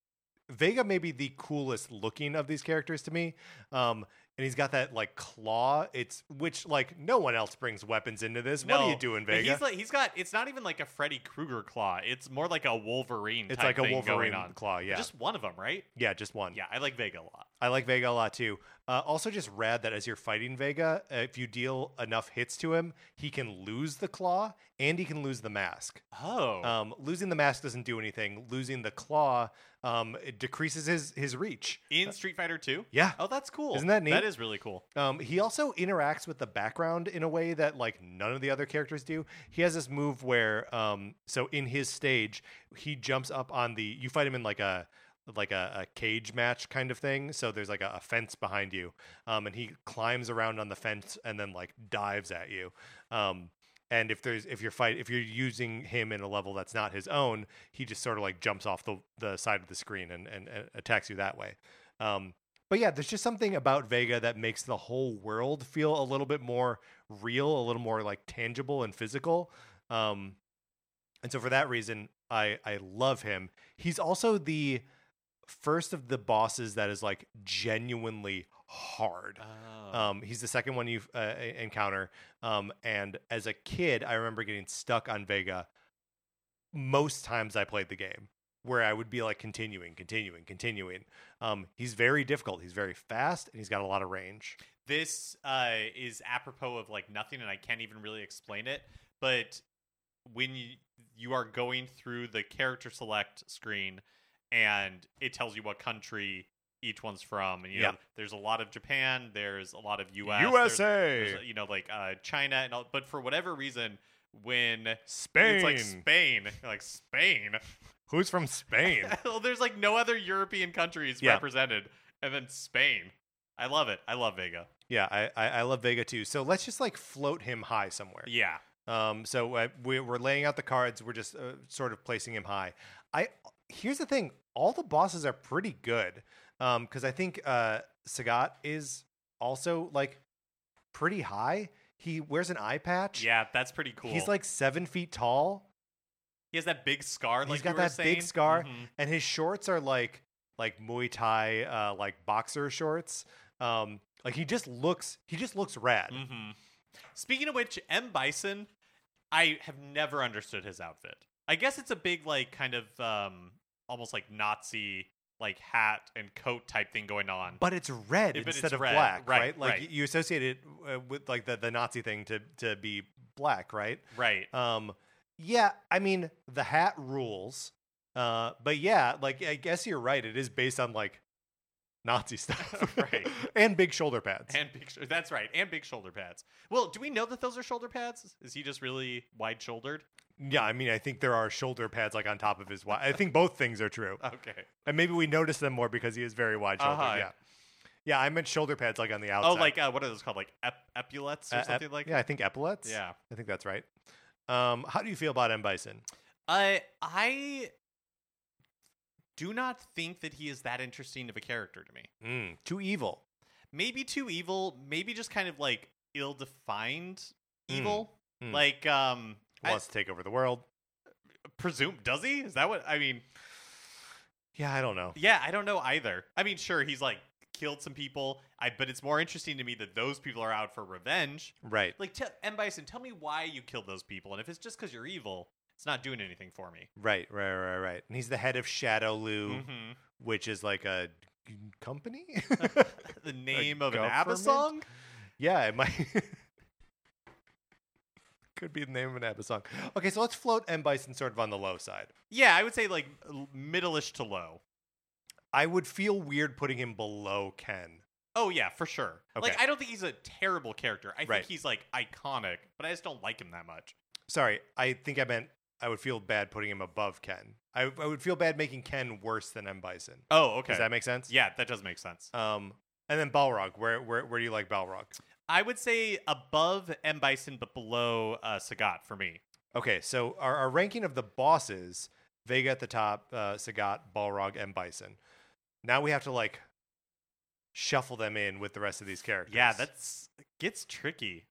S1: Vega may be the coolest looking of these characters to me. Um, and he's got that like claw. It's which like no one else brings weapons into this. what are you
S2: No,
S1: doing,
S2: but
S1: Vega?
S2: He's like he's got it's not even like a Freddy Krueger claw. It's more like a Wolverine.
S1: it's
S2: type
S1: like a
S2: thing
S1: Wolverine
S2: going on.
S1: claw. Yeah, Mm.
S2: Just one of them, right?
S1: yeah, just one.
S2: Yeah, I like Vega a lot.
S1: I like Vega a lot too. Uh, also, just rad that as you're fighting Vega, uh, if you deal enough hits to him, he can lose the claw and he can lose the mask.
S2: Oh,
S1: Um, losing the mask doesn't do anything. Losing the claw um, it decreases his his reach.
S2: in Street Fighter Two.
S1: Uh, Yeah.
S2: Oh, that's cool.
S1: Isn't that neat?
S2: That is really cool.
S1: Um, he also interacts with the background in a way that like none of the other characters do. He has this move where um, so in his stage he jumps up on the. You fight him in like a like a, a cage match kind of thing. So there's like a, a fence behind you, um, and he climbs around on the fence and then like dives at you. Um, and if there's if you're fight if you're using him in a level that's not his own, he just sort of like jumps off the the side of the screen and and, and attacks you that way. Um, but yeah, there's just something about Vega that makes the whole world feel a little bit more real, a little more like tangible and physical. Um, and so for that reason, I I love him. He's also the first of the bosses that is like genuinely hard.
S2: Oh.
S1: Um, he's the second one you uh, e- encounter. Um, and as a kid, I remember getting stuck on Vega most times I played the game, where I would be like continuing, continuing, continuing. Um, he's very difficult. He's very fast, and he's got a lot of range.
S2: this uh, is apropos of like nothing, and I can't even really explain it. But when you you are going through the character select screen, and it tells you what country each one's from, and you
S1: Yeah.
S2: know there's a lot of Japan, there's a lot of U.S., there's-
S1: USA,
S2: there's, you know like uh, China, and all, but for whatever reason, when
S1: Spain.
S2: it's like Spain, you're like Spain,
S1: Who's from Spain?
S2: well, there's like no other European countries
S1: Yeah.
S2: represented, and then Spain. I love it. I love Vega.
S1: yeah, I, I I love Vega too. So let's just like float him high somewhere.
S2: Yeah.
S1: Um, so uh, we, we're laying out the cards. We're just uh, sort of placing him high. I here's the thing: all the bosses are pretty good because I think uh, Sagat is also like pretty high. He wears an eye patch.
S2: Yeah, that's pretty cool.
S1: he's like seven feet tall,
S2: he has that big scar.
S1: He's
S2: like you
S1: got
S2: were
S1: that
S2: saying.
S1: big scar.
S2: Mhm.
S1: and his shorts are like like Muay Thai, uh, like boxer shorts. Um, like he just looks, he just looks rad.
S2: Mhm. Speaking of which, M Bison, I have never understood his outfit. I guess it's a big like kind of um almost like Nazi like hat and coat type thing going on.
S1: But it's red
S2: Yeah, but
S1: instead
S2: it's
S1: of
S2: red,
S1: black,
S2: right,
S1: right? Like
S2: right.
S1: y- you associate it uh, with like the, the Nazi thing to to be black, right?
S2: right.
S1: Um, yeah, I mean the hat rules, uh, but yeah, like I guess you're right. It is based on like Nazi stuff,
S2: Right.
S1: and big shoulder pads.
S2: And big sh- that's right. And big shoulder pads. Well, do we know that those are shoulder pads? Is he just really wide shouldered?
S1: yeah, I mean I think there are shoulder pads like on top of his. Wi- I think both things are true,
S2: Okay.
S1: and maybe we notice them more because he is very wide shouldered.
S2: Uh, Uh-huh.
S1: Yeah, yeah, I meant shoulder pads like on the outside.
S2: Oh, like uh, what are those called? Like ep- epaulets or
S1: Uh, ep-
S2: something like
S1: yeah, I think epaulets.
S2: that? Yeah.
S1: I think that's right. Um, how do you feel about M. Bison?
S2: I I do not think that he is that interesting of a character to me.
S1: Mm, too evil.
S2: Maybe too evil, maybe just kind of like ill-defined
S1: Mm,
S2: evil.
S1: mm.
S2: Like um I
S1: Wants to take over the world.
S2: presume does he? Is that what I mean?
S1: Yeah, I don't know.
S2: Yeah, I don't know either. I mean, sure, he's like killed some people. I but it's more interesting to me that those people are out for revenge.
S1: Right,
S2: Like tell M Bison, tell me why you killed those people and if it's just cuz you're evil, it's not doing anything for me.
S1: right, right, right, right. And he's the head of Shadow Lu,
S2: Mhm.
S1: which is like a g- company.
S2: The name of an ABBA
S1: government?
S2: song?
S1: yeah, it might. Could be the name of an ABBA song. Okay, so let's float M. Bison sort of on the low side.
S2: Yeah, I would say like l- middle-ish to low.
S1: I would feel weird putting him below Ken.
S2: Oh yeah, for sure. Like
S1: Okay.
S2: I don't think he's a terrible character. I think
S1: Right.
S2: he's like iconic, but I just don't like him that much.
S1: Sorry, I think I meant I would feel bad putting him above Ken. I, I would feel bad making Ken worse than M. Bison.
S2: Oh, okay.
S1: Does that make sense?
S2: yeah, that does make sense.
S1: Um, and then Balrog. Where where where do you like Balrog?
S2: I would say above M Bison, but below uh, Sagat for me.
S1: Okay, so our, our ranking of the bosses: Vega at the top, uh, Sagat, Balrog, and Bison. Now we have to like shuffle them in with the rest of these characters.
S2: Yeah, that's gets tricky.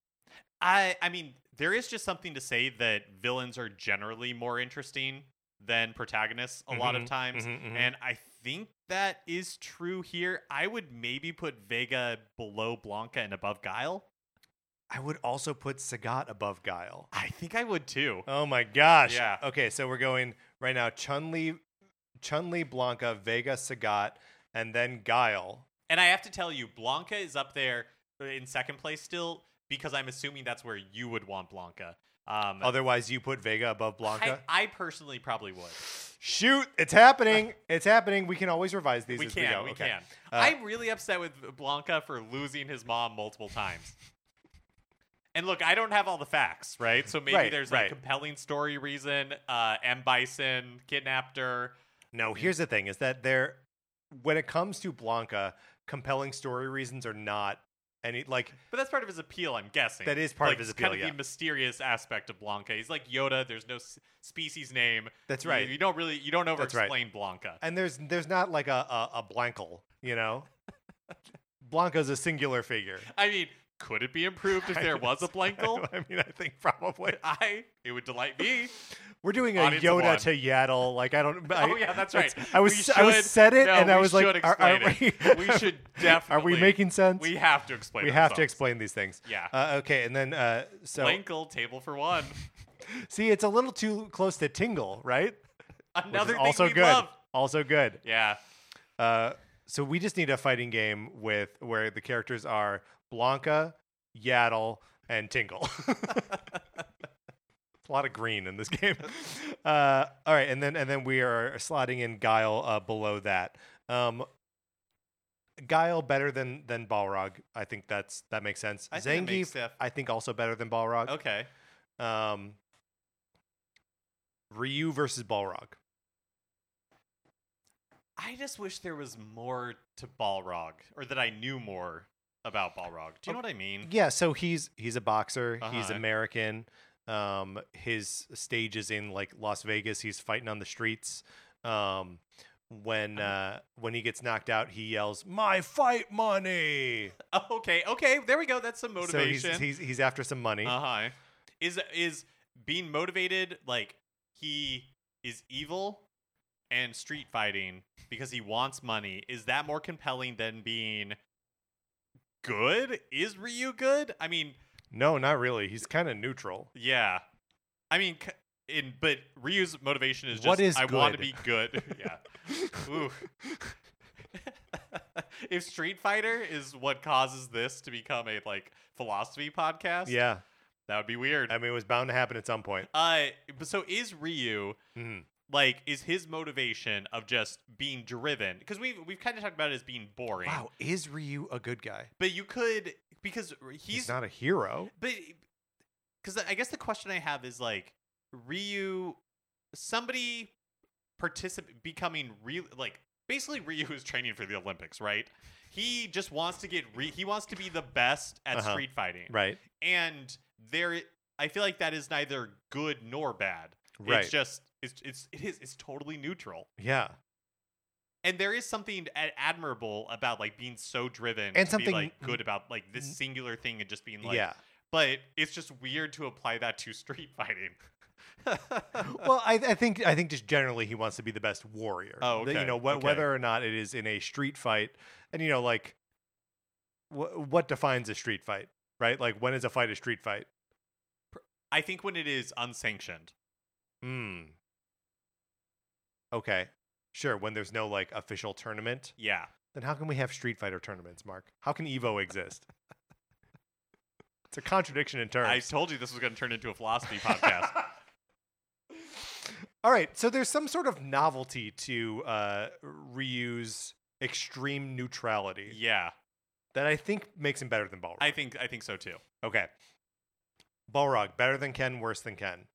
S2: I I mean, there is just something to say that villains are generally more interesting than protagonists a lot of
S1: Mhm,
S2: times,
S1: mhm, mhm.
S2: and I think that is true here. I would maybe put Vega below Blanca and above Guile.
S1: I would also put Sagat above Guile.
S2: I think I would too.
S1: Oh my gosh.
S2: Yeah.
S1: Okay, so we're going right now Chun Li, Chun Li, Blanca, Vega, Sagat, and then Guile.
S2: And I have to tell you, Blanca is up there in second place still because I'm assuming that's where you would want Blanca. Um,
S1: Otherwise, you put Vega above Oh, Blanca.
S2: I, I personally probably would.
S1: Shoot, it's happening. It's happening. We can always revise these
S2: We
S1: as
S2: can,
S1: we
S2: we,
S1: go. okay.
S2: can.
S1: Uh,
S2: I'm really upset with Blanca for losing his mom multiple times. and look, I don't have all the facts, right? So maybe
S1: Right,
S2: there's
S1: right.
S2: a compelling story reason. Uh, M. Bison kidnapped her.
S1: No,
S2: Mm-hmm.
S1: here's the thing is that there when it comes to Blanca, compelling story reasons are not any like
S2: But that's part of his appeal, I'm guessing.
S1: That is part of
S2: Like,
S1: his
S2: it's
S1: appeal,
S2: Kind of
S1: yeah.
S2: the mysterious aspect of Blanca. He's like Yoda. There's no s- species name.
S1: that's
S2: You-
S1: right.
S2: You, don't really. You don't over
S1: That's right.
S2: explain Blanca.
S1: and there's there's not like a a, a blankle, you know? Blanca's a singular figure.
S2: I mean, could it be improved if there was a Blankle?
S1: I mean, I think probably.
S2: I. It would delight me.
S1: We're doing a
S2: Audience of
S1: Yoda
S2: one.
S1: to Yaddle. Like I don't. I,
S2: oh yeah, that's right.
S1: I was
S2: We
S1: I was
S2: should-
S1: said it
S2: no,
S1: and I
S2: we
S1: was like,
S2: should
S1: are, are
S2: explain
S1: we,
S2: it. we should
S1: are
S2: definitely.
S1: we making sense?
S2: We have to explain.
S1: We have to
S2: ourselves.
S1: explain these things.
S2: Yeah.
S1: Uh, okay, and then uh, so
S2: Blankle table for one.
S1: see, it's a little too close to Tingle, right? Which is
S2: Another thing
S1: also
S2: we
S1: good.
S2: love.
S1: Also good.
S2: Yeah.
S1: Uh, so we just need a fighting game with where the characters are Blanca, Yaddle, and Tingle. a lot of green in this game. Uh, all right, and then and then we are slotting in Guile uh, below that. Um, Guile better than than Balrog. I think that's that makes sense.
S2: I
S1: Zangief,
S2: think it makes sense.
S1: I think also better than Balrog.
S2: Okay.
S1: Um, Ryu versus Balrog.
S2: I just wish there was more to Balrog, or that I knew more about Balrog. Do you know what I mean?
S1: Yeah, so he's he's a boxer. He's
S2: Uh-huh.
S1: American. Um, his stage is in like Las Vegas. He's fighting on the streets. Um, when uh, when he gets knocked out, he yells, "My fight money!"
S2: Oh, okay, okay, there we go. That's some
S1: So
S2: motivation.
S1: he's, he's he's after some money.
S2: uh huh. Is is being motivated like he is evil and street fighting because he wants money? Is that more compelling than being good? Is Ryu good? I mean,
S1: No, not really. He's kind of neutral.
S2: yeah. I mean, c- in but Ryu's motivation is just
S1: What is
S2: I want to
S1: good?"
S2: be good. yeah. Ooh. if Street Fighter is what causes this to become a like philosophy podcast,
S1: Yeah,
S2: that would be weird.
S1: I mean, it was bound to happen at some point.
S2: Uh, but so is Ryu
S1: Mhm.
S2: like is his motivation of just being driven? Because we we've kind of talked about it as being boring.
S1: Wow, is Ryu a good guy?
S2: But you could because he's,
S1: He's, not a hero.
S2: but because I guess the question I have is like Ryu, somebody participate becoming real like basically Ryu is training for the Olympics, right? He just wants to get re- he wants to be the best at
S1: Uh-huh.
S2: street fighting,
S1: Right,
S2: and there I feel like that is neither good nor bad.
S1: right.
S2: It's just it's it's it is it's totally neutral,
S1: yeah,
S2: and there is something a- admirable about like being so driven to be,
S1: something- Mm-hmm.
S2: like good about like this
S1: n-
S2: singular thing and just being like
S1: yeah.
S2: but it's just weird to apply that to street fighting.
S1: well, I, I think I think just generally he wants to be the best warrior.
S2: Oh,
S1: That, You
S2: okay,
S1: know, wh-
S2: okay.
S1: whether or not it is in a street fight, and you know, like, wh- what defines a street fight, right? Like, when is a fight a street fight?
S2: I think when it is unsanctioned.
S1: Hmm. Okay, sure. When there's no like official tournament,
S2: Yeah.
S1: then how can we have street fighter tournaments, Mark? How can Evo exist? it's a contradiction in terms.
S2: I told you this was going to turn into a philosophy podcast.
S1: All right, so there's some sort of novelty to uh, Ryu's extreme neutrality
S2: yeah.
S1: that I think makes him better than Balrog.
S2: I think I think so too.
S1: okay, Balrog better than Ken, worse than Ken.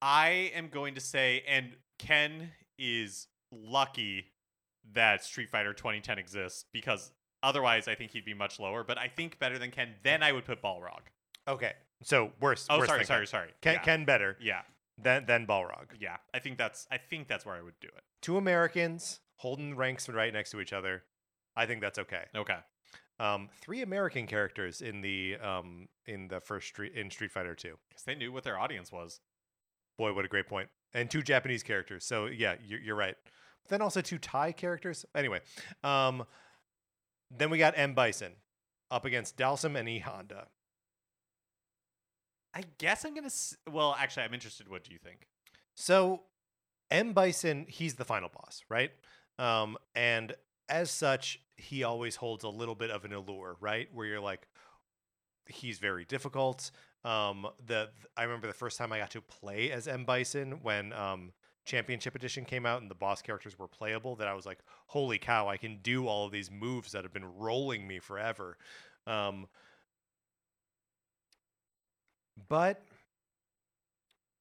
S2: I am going to say and Ken is lucky that Street Fighter 2010 exists because otherwise I think he'd be much lower, but I think better than Ken, then I would put Balrog.
S1: Okay, so worse.
S2: Oh,
S1: worse
S2: sorry,
S1: than
S2: sorry, sorry.
S1: Ken. Ken,
S2: yeah.
S1: Ken better
S2: yeah.
S1: than than Balrog.
S2: Yeah. I think that's I think that's where I would do it.
S1: Two Americans, Holden ranks right next to each other. I think that's okay.
S2: Okay.
S1: Um, three American characters in the um, in the first street in Street Fighter Two.
S2: Because they knew what their audience was.
S1: Boy, what a great point. And two Japanese characters. So yeah, you're, you're right. But then also two Thai characters. Anyway, um, then we got M Bison up against Dalsum and E Honda.
S2: I guess I'm gonna. S- well, actually, I'm interested. What do you think?
S1: So M Bison, he's the final boss, right? Um, and as such, he always holds a little bit of an allure, right? Where you're like, he's very difficult. Um, the I remember the first time I got to play as M Bison when um, Championship Edition came out and the boss characters were playable. That I was like, holy cow, I can do all of these moves that have been rolling me forever. Um, but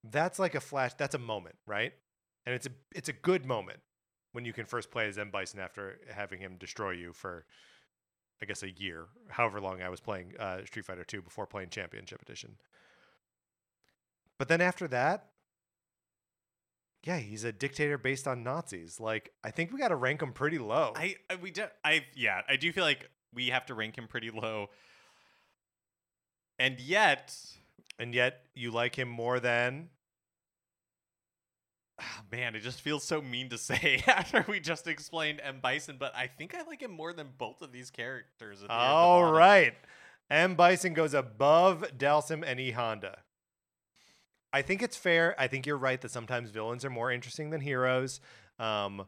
S1: that's like a flash. That's a moment, right? And it's a it's a good moment when you can first play as M Bison after having him destroy you for, I guess, a year, however long I was playing uh, Street Fighter Two before playing Championship Edition. But then after that, yeah, he's a dictator based on Nazis. Like I think we got to rank him pretty low.
S2: I I- we do. I yeah. I do feel like we have to rank him pretty low. And yet,
S1: and yet you like him more than
S2: ah, man, it just feels so mean to say after we just explained M Bison. But I think I like him more than both of these characters. at the- at the
S1: All
S2: bottom.
S1: right. M. Bison goes above Dalsim and E. Honda. I think it's fair. I think you're right that sometimes villains are more interesting than heroes. Um,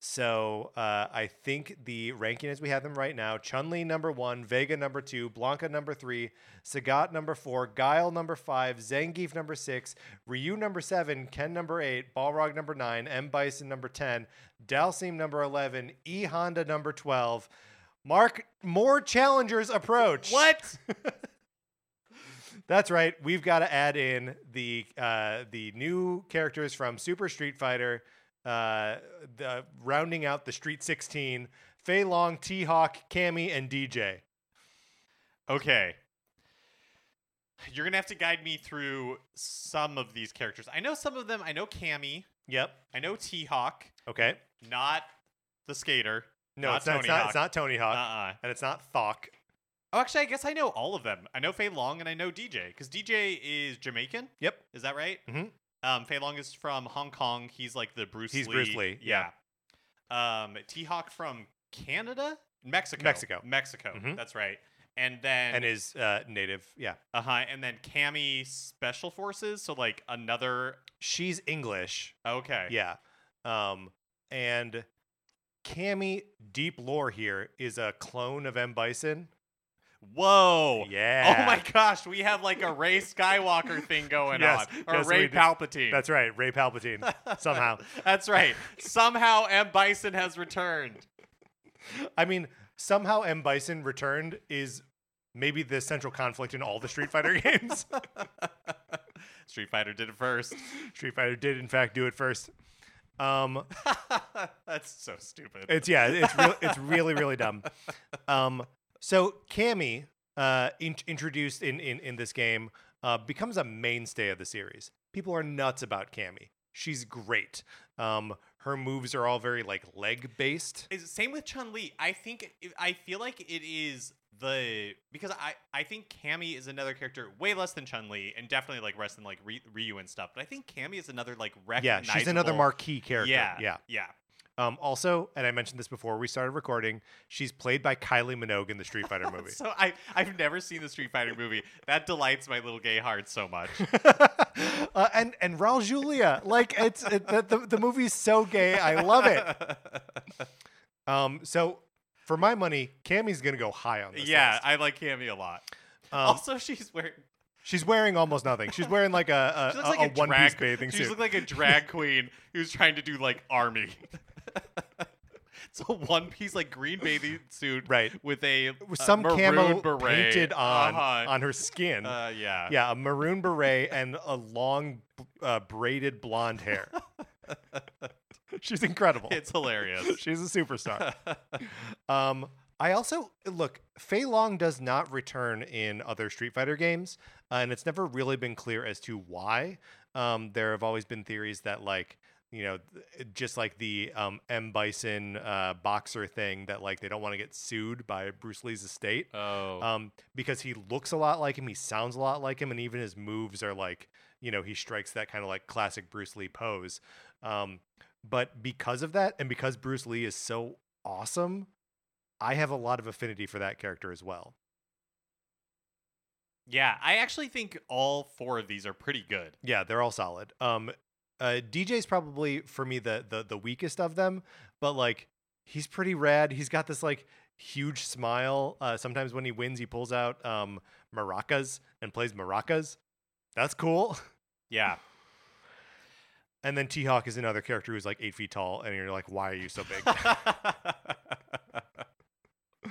S1: so uh, I think the ranking as we have them right now Chun Li number one, Vega number two, Blanca number three, Sagat number four, Guile number five, Zangief number six, Ryu number seven, Ken number eight, Balrog number nine, M. Bison number 10, Dalsim number 11, E. Honda number 12, Mark, more challengers approach.
S2: What?
S1: That's right. We've got to add in the uh, the new characters from Super Street Fighter, uh, the, rounding out the Street 16. Fei Long, T Hawk, Cammy, and DJ.
S2: Okay. You're gonna have to guide me through some of these characters. I know some of them. I know Cammy.
S1: Yep.
S2: I know T Hawk,
S1: Okay.
S2: not the skater.
S1: No,
S2: Not
S1: it's, not,
S2: Tony
S1: it's not.
S2: Hawk.
S1: It's not Tony
S2: Uh uh
S1: Hawk, and it's not Thok.
S2: Oh, actually, I guess I know all of them. I know Fei Long and I know DJ because DJ is Jamaican.
S1: Yep.
S2: Is that right?
S1: Mhm.
S2: Um, Fei Long is from Hong Kong. He's like the Bruce
S1: He's
S2: Lee.
S1: Bruce Lee,
S2: Yeah. Um, T Hawk from Canada, Mexico.
S1: Mexico.
S2: Mexico.
S1: Mhm.
S2: That's right. And then
S1: And is uh, native. Yeah.
S2: Uh huh. And then Cammy Special Forces. So like another.
S1: She's English.
S2: Okay.
S1: Yeah. Um, and Cammy, deep lore here, is a clone of M. Bison.
S2: Whoa.
S1: Yeah.
S2: Oh my gosh, we have like a Ray Skywalker thing going
S1: Yes,
S2: on, or
S1: yes, we
S2: Ray
S1: do.
S2: Palpatine.
S1: That's right. Ray Palpatine. somehow.
S2: That's right. Somehow M Bison has returned.
S1: I mean, somehow M. Bison returned is maybe the central conflict in all the Street Fighter games.
S2: Street Fighter did it first.
S1: Street Fighter did, in fact, do it first. Um,
S2: That's so stupid.
S1: it's yeah, it's real it's really really dumb. Um, so Cammy, uh, in- introduced in in in this game, uh, becomes a mainstay of the series. People are nuts about Cammy. She's great. Um, her moves are all very like leg based.
S2: Is- same with Chun Li. I think I feel like it is the because I I think Cammy is another character way less than Chun Li and definitely like less than like Ry- Ryu and stuff. But I think Cammy is another like
S1: Yeah,
S2: recognizable.
S1: she's another marquee character.
S2: Yeah,
S1: yeah.
S2: yeah.
S1: Um, also, and I mentioned this before we started recording, she's played by Kylie Minogue in the Street Fighter movie.
S2: So I I've never seen the Street Fighter movie. That delights my little gay heart so much.
S1: uh, and and Raul Julia, like it's it, the, the the movie's so gay, I love it. Um, so for my money, Cammy's gonna go high on this.
S2: yeah,
S1: list.
S2: I like Cammy a lot.
S1: Um,
S2: also, she's wearing
S1: she's wearing almost nothing. She's wearing like a
S2: she
S1: a,
S2: looks
S1: a,
S2: like a,
S1: one piece
S2: drag
S1: bathing
S2: She
S1: suit.
S2: looks like a drag queen who's trying to do like army. it's a one piece like green bathing suit,
S1: Right.
S2: With a
S1: With
S2: uh,
S1: some camo
S2: maroon beret.
S1: painted on
S2: Uh-huh.
S1: on her skin.
S2: Uh, yeah.
S1: yeah, a maroon beret and a long uh, braided blonde hair. she's incredible.
S2: It's hilarious.
S1: She's a superstar. um, I also look. Fei Long does not return in other Street Fighter games, uh, and it's never really been clear as to why. Um, there have always been theories that like you know, th- just like the um, M. Bison uh, boxer thing that like they don't want to get sued by Bruce Lee's estate
S2: Oh,
S1: um, because he looks a lot like him, he sounds a lot like him, and even his moves are like, you know, he strikes that kind of like classic Bruce Lee pose. Um, but because of that, and because Bruce Lee is so awesome, I have a lot of affinity for that character as well.
S2: yeah. I actually think all four of these are pretty good.
S1: Yeah, they're all solid. Um, uh, DJ's probably for me the the the weakest of them, but like he's pretty rad. He's got this like huge smile. Uh, sometimes when he wins, he pulls out um maracas and plays maracas. That's cool.
S2: Yeah.
S1: And then T Hawk is another character who's like eight feet tall, and you're like, why are you so big?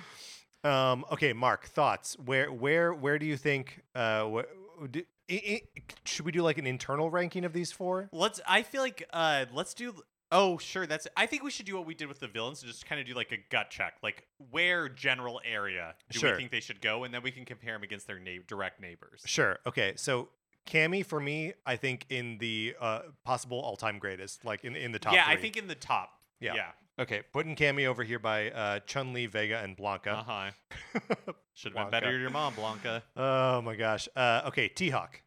S1: um, okay, Mark, thoughts. Where, where, where do you think? Uh, wh- do, i i should we do like an internal ranking of these four?
S2: let's. I feel like. Uh, let's do. Oh, sure. That's. I think we should do what we did with the villains and just kind of do like a gut check, like where general area do
S1: Sure.
S2: we think they should go, and then we can compare them against their na- direct neighbors.
S1: Sure. Okay. So Cammy for me, I think in the uh, possible all-time greatest, like in in the top.
S2: yeah, I
S1: three.
S2: think in the top.
S1: Yeah.
S2: Yeah.
S1: Okay, putting Cammy over here by uh, Chun Li, Vega, and
S2: Uh
S1: Blanca.
S2: huh. Should have been
S1: Blanca.
S2: better to your mom, Blanca.
S1: Oh my gosh. Uh, okay, T Hawk.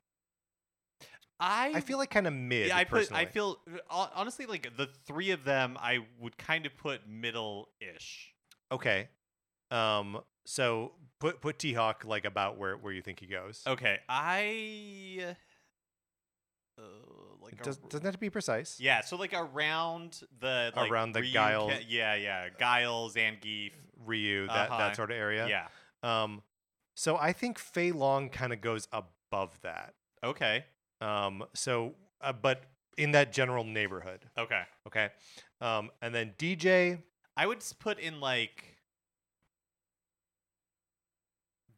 S2: I
S1: I feel like kind of mid.
S2: yeah, I put.
S1: personally.
S2: I feel hon- honestly like the three of them. I would kind of put middle ish.
S1: Okay. Um. So put put T Hawk like about where where you think he goes.
S2: Okay, I uh, like
S1: Does,
S2: ar-
S1: doesn't have to be precise.
S2: yeah. So like around the like,
S1: Around the
S2: Ryu,
S1: Guile-
S2: Ke- yeah, yeah, Guile, Zangief.
S1: Ryu, that
S2: Uh-huh.
S1: that sort of area.
S2: Yeah.
S1: Um. So I think Fei Long kind of goes above that.
S2: Okay.
S1: Um. So, uh, but in that general neighborhood.
S2: Okay.
S1: Okay. Um. And then DJ.
S2: I would s- put in like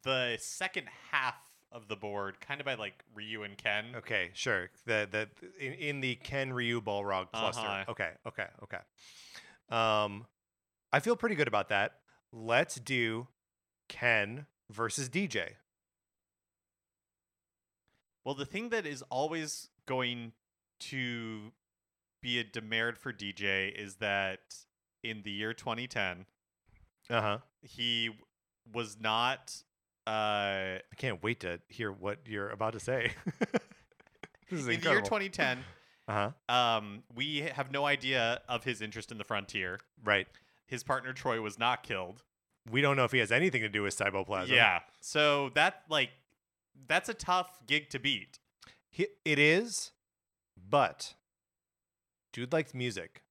S2: the second half of the board, kind of by like Ryu and Ken.
S1: Okay. Sure. The the in, in the Ken Ryu Balrog cluster.
S2: Uh-huh.
S1: Okay. Okay. Okay. Um. I feel pretty good about that. Let's do Ken versus DJ.
S2: Well, the thing that is always going to be a demerit for DJ is that in the year 2010,
S1: Uh
S2: Uh-huh.
S1: huh.
S2: he w- was not. Uh,
S1: I can't wait to hear what you're about to say. this is
S2: in the year 2010,
S1: Uh huh.
S2: um, we have no idea of his interest in the frontier.
S1: Right.
S2: His partner Troy was not killed.
S1: We don't know if he has anything to do with cyboplasm.
S2: Yeah, so that like that's a tough gig to beat.
S1: He, it is, but dude likes music.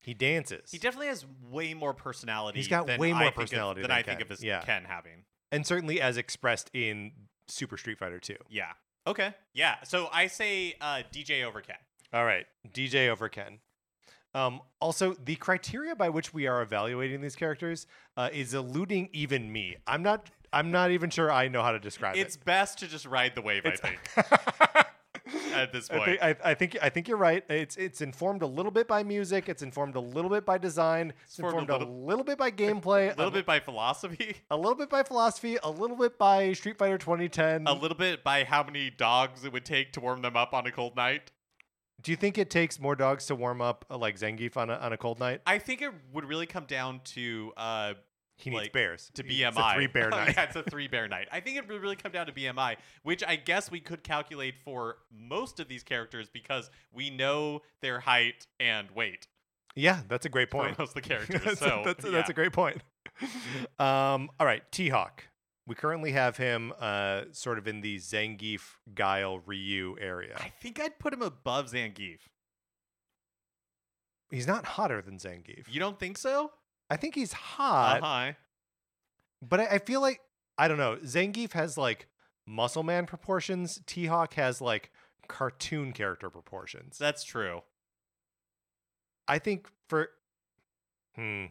S1: He dances.
S2: He definitely has way more personality.
S1: got
S2: than
S1: way
S2: I
S1: more
S2: think of-
S1: personality
S2: than,
S1: than
S2: I think
S1: Ken.
S2: of as
S1: Yeah.
S2: Ken having.
S1: and certainly as expressed in Super Street Fighter 2.
S2: Yeah. Okay. Yeah. So I say uh, DJ over Ken.
S1: All right, DJ over Ken. Um, also, the criteria by which we are evaluating these characters uh, is eluding even me. I'm not. I'm not even sure I know how to describe
S2: It's
S1: it.
S2: best to just ride the wave,
S1: It's-
S2: I think, at this
S1: I
S2: point.
S1: think, I, I think I think you're right. It's it's informed a little bit by music. It's informed a little bit by design. It's
S2: Informed a
S1: informed a little, bit by gameplay.
S2: A little bit by philosophy,
S1: A little bit by philosophy. A little bit by Street Fighter 2010.
S2: a little bit by how many dogs it would take to warm them up on a cold night.
S1: Do you think it takes more dogs to warm up uh, like Zangief on a, on a cold night?
S2: I think it would really come down to uh,
S1: He needs
S2: Like,
S1: bears.
S2: to
S1: He-
S2: BMI.
S1: It's a three bear
S2: Oh,
S1: night.
S2: yeah, it's a three bear night. I think it would really come down to BMI, which I guess we could calculate for most of these characters because we know their height and weight
S1: Yeah, that's a great point.
S2: for most of the characters.
S1: that's,
S2: so
S1: a, that's, a, that's a
S2: yeah.
S1: great
S2: Mm-hmm.
S1: point. um, all right, T Hawk. We currently have him uh, sort of in the Zangief, Guile, Ryu area.
S2: I think I'd put him above Zangief.
S1: He's not hotter than Zangief.
S2: You don't think so?
S1: I think he's hot,
S2: uh-huh.
S1: but I, I feel like I don't know. Zangief has like muscle man proportions. T Hawk has like cartoon character proportions.
S2: That's true.
S1: I think for hmm.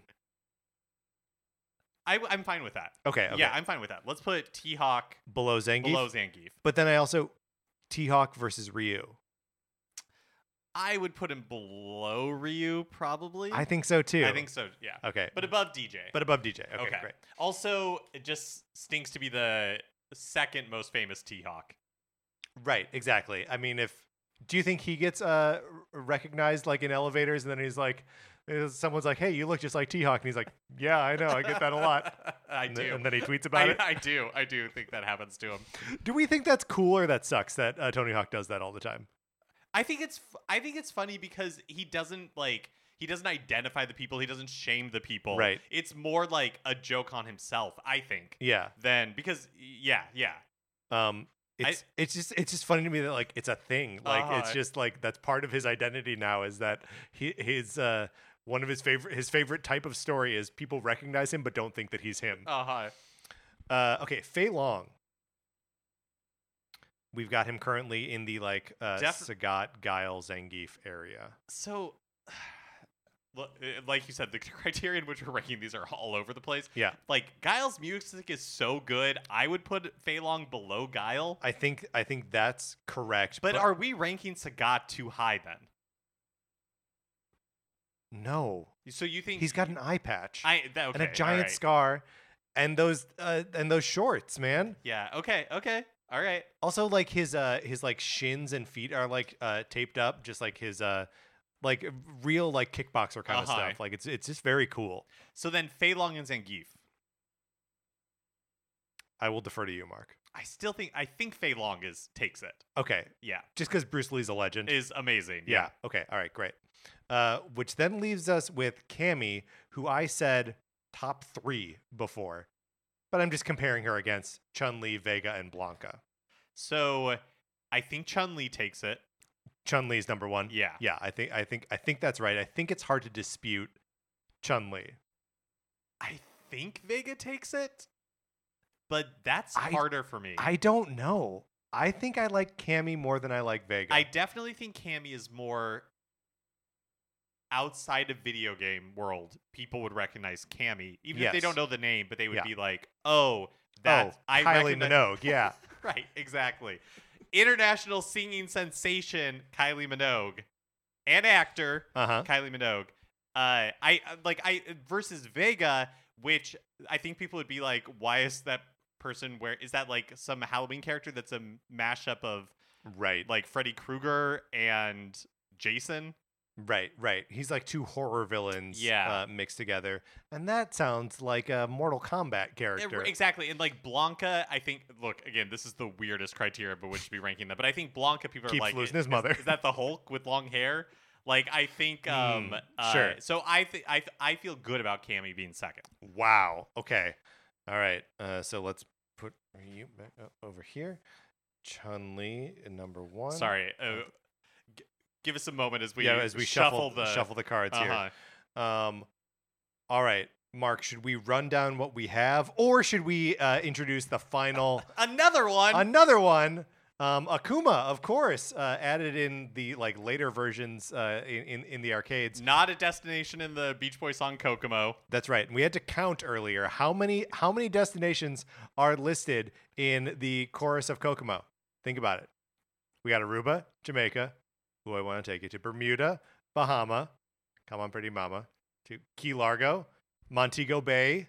S2: I, am fine with that.
S1: Okay, okay.
S2: Yeah, I'm fine with that. Let's put T Hawk
S1: below Zangief.
S2: below Zangief.
S1: but then I also T Hawk versus Ryu.
S2: I would put him below Ryu, probably.
S1: I think so too.
S2: I think so, yeah.
S1: Okay.
S2: But above DJ.
S1: but above DJ. Okay,
S2: okay.
S1: great.
S2: Also, it just stinks to be the second most famous T Hawk.
S1: Right, exactly. I mean if Do you think he gets uh, r- recognized like in elevators, and then he's like, uh, someone's like, "Hey, you look just like T-Hawk," and he's like, "Yeah, I know, I get that a lot."
S2: I
S1: And, th-
S2: do.
S1: and then he tweets about
S2: I,
S1: it.
S2: I do. I do think that happens to him.
S1: Do we think that's cool or that sucks that uh, Tony Hawk does that all the time?
S2: I think it's f- I think it's funny because he doesn't like he doesn't identify the people. He doesn't shame the people.
S1: Right.
S2: It's more like a joke on himself. I think
S1: Yeah.
S2: than because yeah yeah
S1: Um,
S2: I-
S1: it's it's just it's just funny to me that like it's a thing. Like it's
S2: Uh-huh.
S1: just like that's part of his identity now is that he his uh one of his favorite his favorite type of story is people recognize him but don't think that he's him.
S2: uh huh
S1: Uh, okay, Fei Long. We've got him currently in the like uh,
S2: Def-
S1: Sagat, Guile, Zangief area.
S2: so l- eh, like you said the criteria in which we're ranking these are all over the place
S1: Yeah,
S2: like guile's music is so good i would put Fei Long below guile
S1: I think I think that's correct.
S2: but, are we ranking sagat too high then
S1: no,
S2: so you think
S1: he's got an eye patch
S2: i that, okay,
S1: and a giant
S2: alright.
S1: scar, and those uh, and those shorts, man.
S2: yeah okay okay all right
S1: Also, like his uh his like shins and feet are like uh taped up, just like his uh like real like kickboxer kind of
S2: Uh-huh.
S1: stuff. Like it's it's just very cool.
S2: so then Fei Long and zangief
S1: I will defer to you, Mark.
S2: i still think i think Fei Long is takes it
S1: Okay,
S2: yeah
S1: just because Bruce Lee's a legend.
S2: is amazing
S1: yeah. Okay. All right. Great. Uh, which then leaves us with Cammy, who I said top three before, but I'm just comparing her against Chun Li, Vega, and Blanca.
S2: so i think chun li takes it
S1: Chun Li's number one.
S2: yeah
S1: Yeah, I think I think I think that's right. I think it's hard to dispute Chun Li.
S2: I think Vega takes it, but that's
S1: I-
S2: harder for me. I,
S1: I don't know. I think I like Cammy more than I like Vega.
S2: definitely think Cammy is more outside of video game world. People would recognize Cammy, even if they
S1: Yes.
S2: don't know the name, but they would
S1: Yeah.
S2: be like, "Oh,
S1: oh,
S2: that's I
S1: Kylie
S2: recogni-
S1: Minogue. Yeah,
S2: right, exactly. International singing sensation Kylie Minogue, an actor.
S1: uh huh.
S2: Kylie Minogue. Uh, I like I versus Vega, which I think people would be like, why is that person where is that like some Halloween character that's a mashup of
S1: Right,
S2: like Freddy Krueger and Jason?
S1: right, right. He's like two horror villains
S2: Yeah.
S1: uh, mixed together, and that sounds like a Mortal Kombat
S2: Eh,
S1: character.
S2: Exactly, and like Blanca, I think. Look again, this is the weirdest criteria by which to be ranking them, but I think Blanca people
S1: Keeps
S2: are like,
S1: losing
S2: "Is-
S1: his mother."
S2: Is, that the Hulk with long hair? Like I think, um,
S1: Mm,
S2: uh,
S1: sure.
S2: So I think I th- I feel good about Cammy being second.
S1: Wow. Okay. All right. Uh, so let's put you back up over here. Chun Li uh, number one.
S2: Sorry. Uh, g- give us a moment as we
S1: yeah, as we shuffle, the shuffle the cards
S2: uh-huh.
S1: here. Um, all right, Mark. Should we run down what we have, or should we uh, introduce the final?
S2: Another one.
S1: another one. Um, Akuma, of course, uh, added in the like later versions uh, in, in in the arcades.
S2: not a destination in the Beach Boy song Kokomo.
S1: That's right. And we had to count earlier how many how many destinations are listed in the chorus of Kokomo. Think about it. We got Aruba, Jamaica, who I want to take you to, Bermuda, Bahama, come on, pretty mama, to Key Largo, Montego Bay,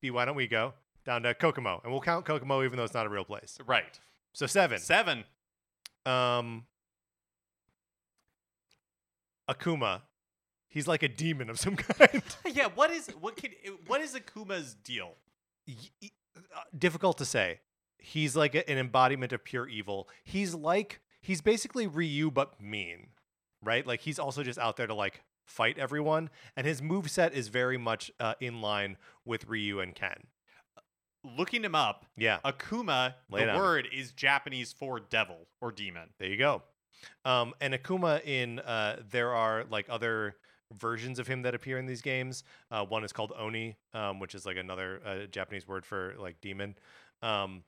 S1: B. Why don't we go down to Kokomo? And we'll count Kokomo even though it's not a real place.
S2: Right.
S1: So seven.
S2: Seven.
S1: Um, Akuma, he's like a demon of some kind.
S2: yeah. What is what can what is Akuma's deal?
S1: y- y- uh, difficult to say. He's like a, an embodiment of pure evil. He's like he's basically Ryu but mean, right? Like he's also just out there to like fight everyone, and his move set is very much uh, in line with Ryu and Ken.
S2: Looking him up,
S1: Yeah,
S2: Akuma.
S1: Lay it
S2: the
S1: on me.
S2: word is Japanese for devil or demon.
S1: there you go. Um, and Akuma in uh, there are like other versions of him that appear in these games. Uh, one is called Oni, um, which is like another uh, Japanese word for like demon um,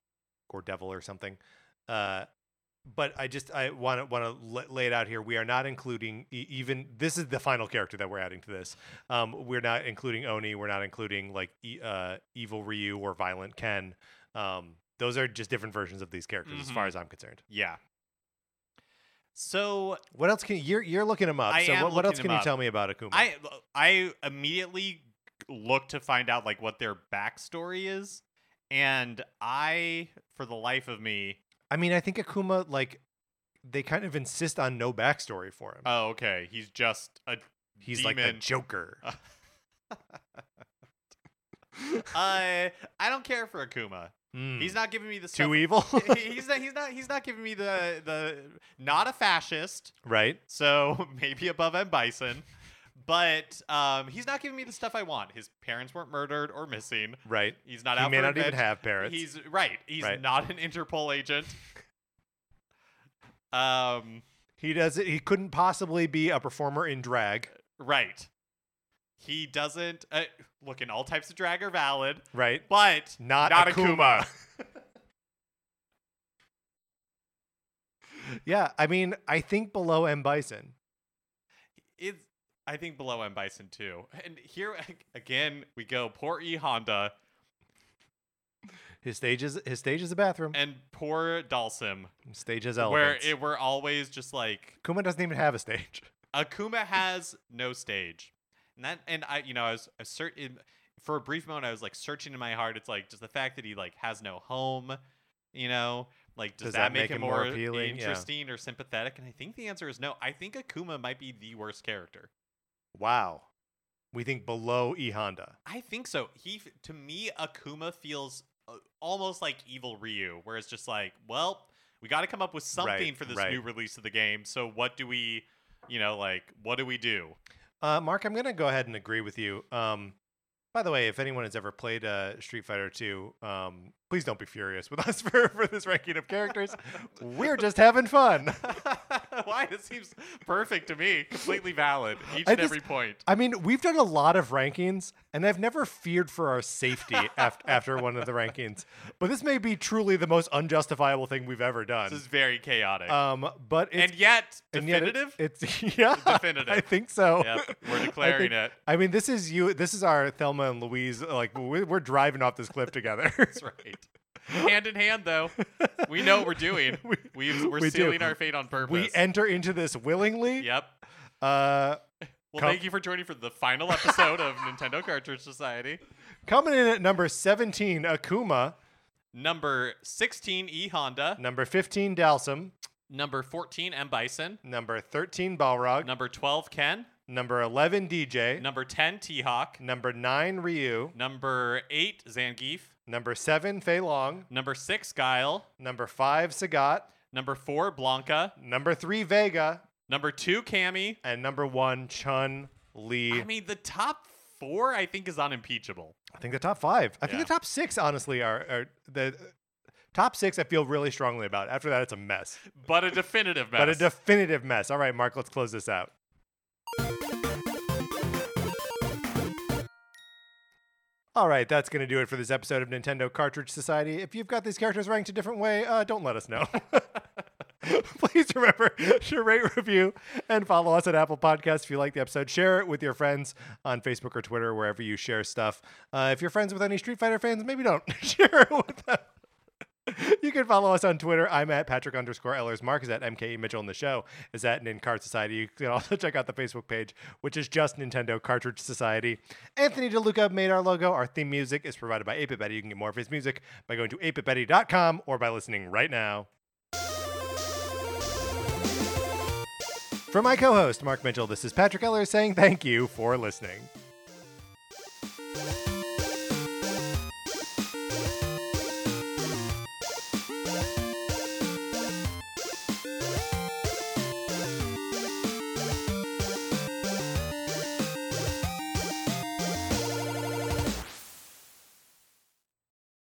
S1: or devil or something. Uh, but I just I want to want to la- lay it out here. We are not including e- even this is the final character that we're adding to this. Um, we're not including Oni. We're not including like e- uh, evil Ryu or violent Ken. Um, those are just different versions of these characters, as far
S2: Mhm.
S1: as I'm concerned.
S2: Yeah. So
S1: What else can you're you're looking him up?
S2: I
S1: so
S2: am
S1: what, what else
S2: looking
S1: can
S2: him
S1: you
S2: up.
S1: tell me about Akuma?
S2: I I immediately looked to find out like what their backstory is, and I, for the life of me,
S1: I mean, I think Akuma like they kind of insist on no backstory for him.
S2: Oh, okay. He's just a.
S1: He's like the
S2: demon. Uh,
S1: Joker.
S2: I I don't care for Akuma.
S1: Mm.
S2: He's not giving me the stuff.
S1: too e- evil,
S2: He- he's not. He's not. He's not giving me the the not a fascist.
S1: right?
S2: so maybe above M. Bison. But um, he's not giving me the stuff I want. His parents weren't murdered or missing.
S1: Right.
S2: He's not out
S1: he may
S2: for
S1: not even
S2: revenge.
S1: have parents.
S2: He's right. He's
S1: Right.
S2: not an Interpol agent. um,
S1: he does it. He couldn't possibly be a performer in drag,
S2: right. He doesn't uh, look in all types of drag are valid,
S1: right?
S2: but
S1: Not,
S2: Not
S1: Akuma. yeah, I mean, I think below M Bison.
S2: it's I think below M Bison too. And here again we go. Poor E Honda
S1: His stage is his stage is a bathroom.
S2: and poor Dalsim,
S1: Stage is
S2: where
S1: elephants.
S2: it, we're always just like
S1: Akuma doesn't even have a stage.
S2: Akuma has no stage, and that and I, you know, I was I cert- in, for a brief moment, I was like searching in my heart. It's like just the fact that he like has no home, you know, like does, that, make, him more
S1: appealing? Yeah.
S2: interesting or sympathetic? And I think the answer is no. I think Akuma might be the worst character.
S1: Wow. We think below E Honda.
S2: I think so. He f- to me, Akuma feels uh, almost like evil Ryu, where it's just like, well, we got to come up with something for this
S1: right.
S2: new release of the game. So what do we, you know, like what do we do?
S1: Uh, Mark, I'm going to go ahead and agree with you. Um, by the way, if anyone has ever played uh, Street Fighter 2, um, please don't be furious with us for, for this ranking of characters. We're just having fun.
S2: Why? This seems perfect to me. Completely valid. Each
S1: I
S2: and
S1: just-
S2: every point.
S1: I mean, we've done a lot of rankings, and I've never feared for our safety af- after one of the rankings. But this may be truly the most unjustifiable thing we've ever
S2: This
S1: done.
S2: is very chaotic.
S1: Um, but it's
S2: and yet,
S1: and yet it-
S2: definitive?
S1: it's yeah,
S2: Definitive.
S1: I think so.
S2: yep, we're
S1: I
S2: declaring
S1: think-
S2: it.
S1: I mean, this is you. This is our Thelma and Louise. Like we're, we're driving off this cliff together.
S2: That's right. hand in hand, though. We know what we're doing.
S1: We-
S2: We, we're
S1: we do.
S2: sealing our fate on purpose.
S1: we enter into this willingly.
S2: Yep.
S1: Uh,
S2: Well,
S1: Come-
S2: thank you for joining for the final episode of Nintendo Cartridge Society.
S1: coming in at number seventeen, Akuma.
S2: Number 16, E Honda.
S1: Number fifteen, Dalsum.
S2: Number 14, M Bison.
S1: Number thirteen, Balrog.
S2: Number 12, Ken.
S1: number eleven, DJ.
S2: Number 10, T Hawk.
S1: number nine, Ryu.
S2: Number 8, Zangief.
S1: Number seven, Fei Long.
S2: Number 6, Guile.
S1: Number five, Sagat.
S2: Number four, Blanca.
S1: Number three, Vega.
S2: Number two, Cammy.
S1: And number one, Chun Li.
S2: I mean, the top four, I think, is unimpeachable.
S1: I think the top five. I
S2: Yeah.
S1: think the top six, honestly, are, are the top six. I feel really strongly about. After that, it's a mess,
S2: But a definitive mess.
S1: but a definitive mess. All right, Mark, let's close this out. All right, that's going to do it for this episode of Nintendo Cartridge Society. If you've got these characters ranked a different way, uh, don't let us know. Please remember to rate, review, and follow us at Apple Podcasts. If you like the episode, share it with your friends on Facebook or Twitter, wherever you share stuff. Uh, if you're friends with any Street Fighter fans, maybe don't share it with them. You can follow us on Twitter. I'm at Patrick underscore Ellers. Mark is at MKE Mitchell, and the show is at Nin Card Society. You can also check out the Facebook page, which is just Nintendo Cartridge Society. Anthony DeLuca made our logo. Our theme music is provided by 8 Betty. You can get more of his music by going to 8bitbetty.com or by listening right now. From my co host, Mark Mitchell, this is Patrick Eller saying thank you for listening.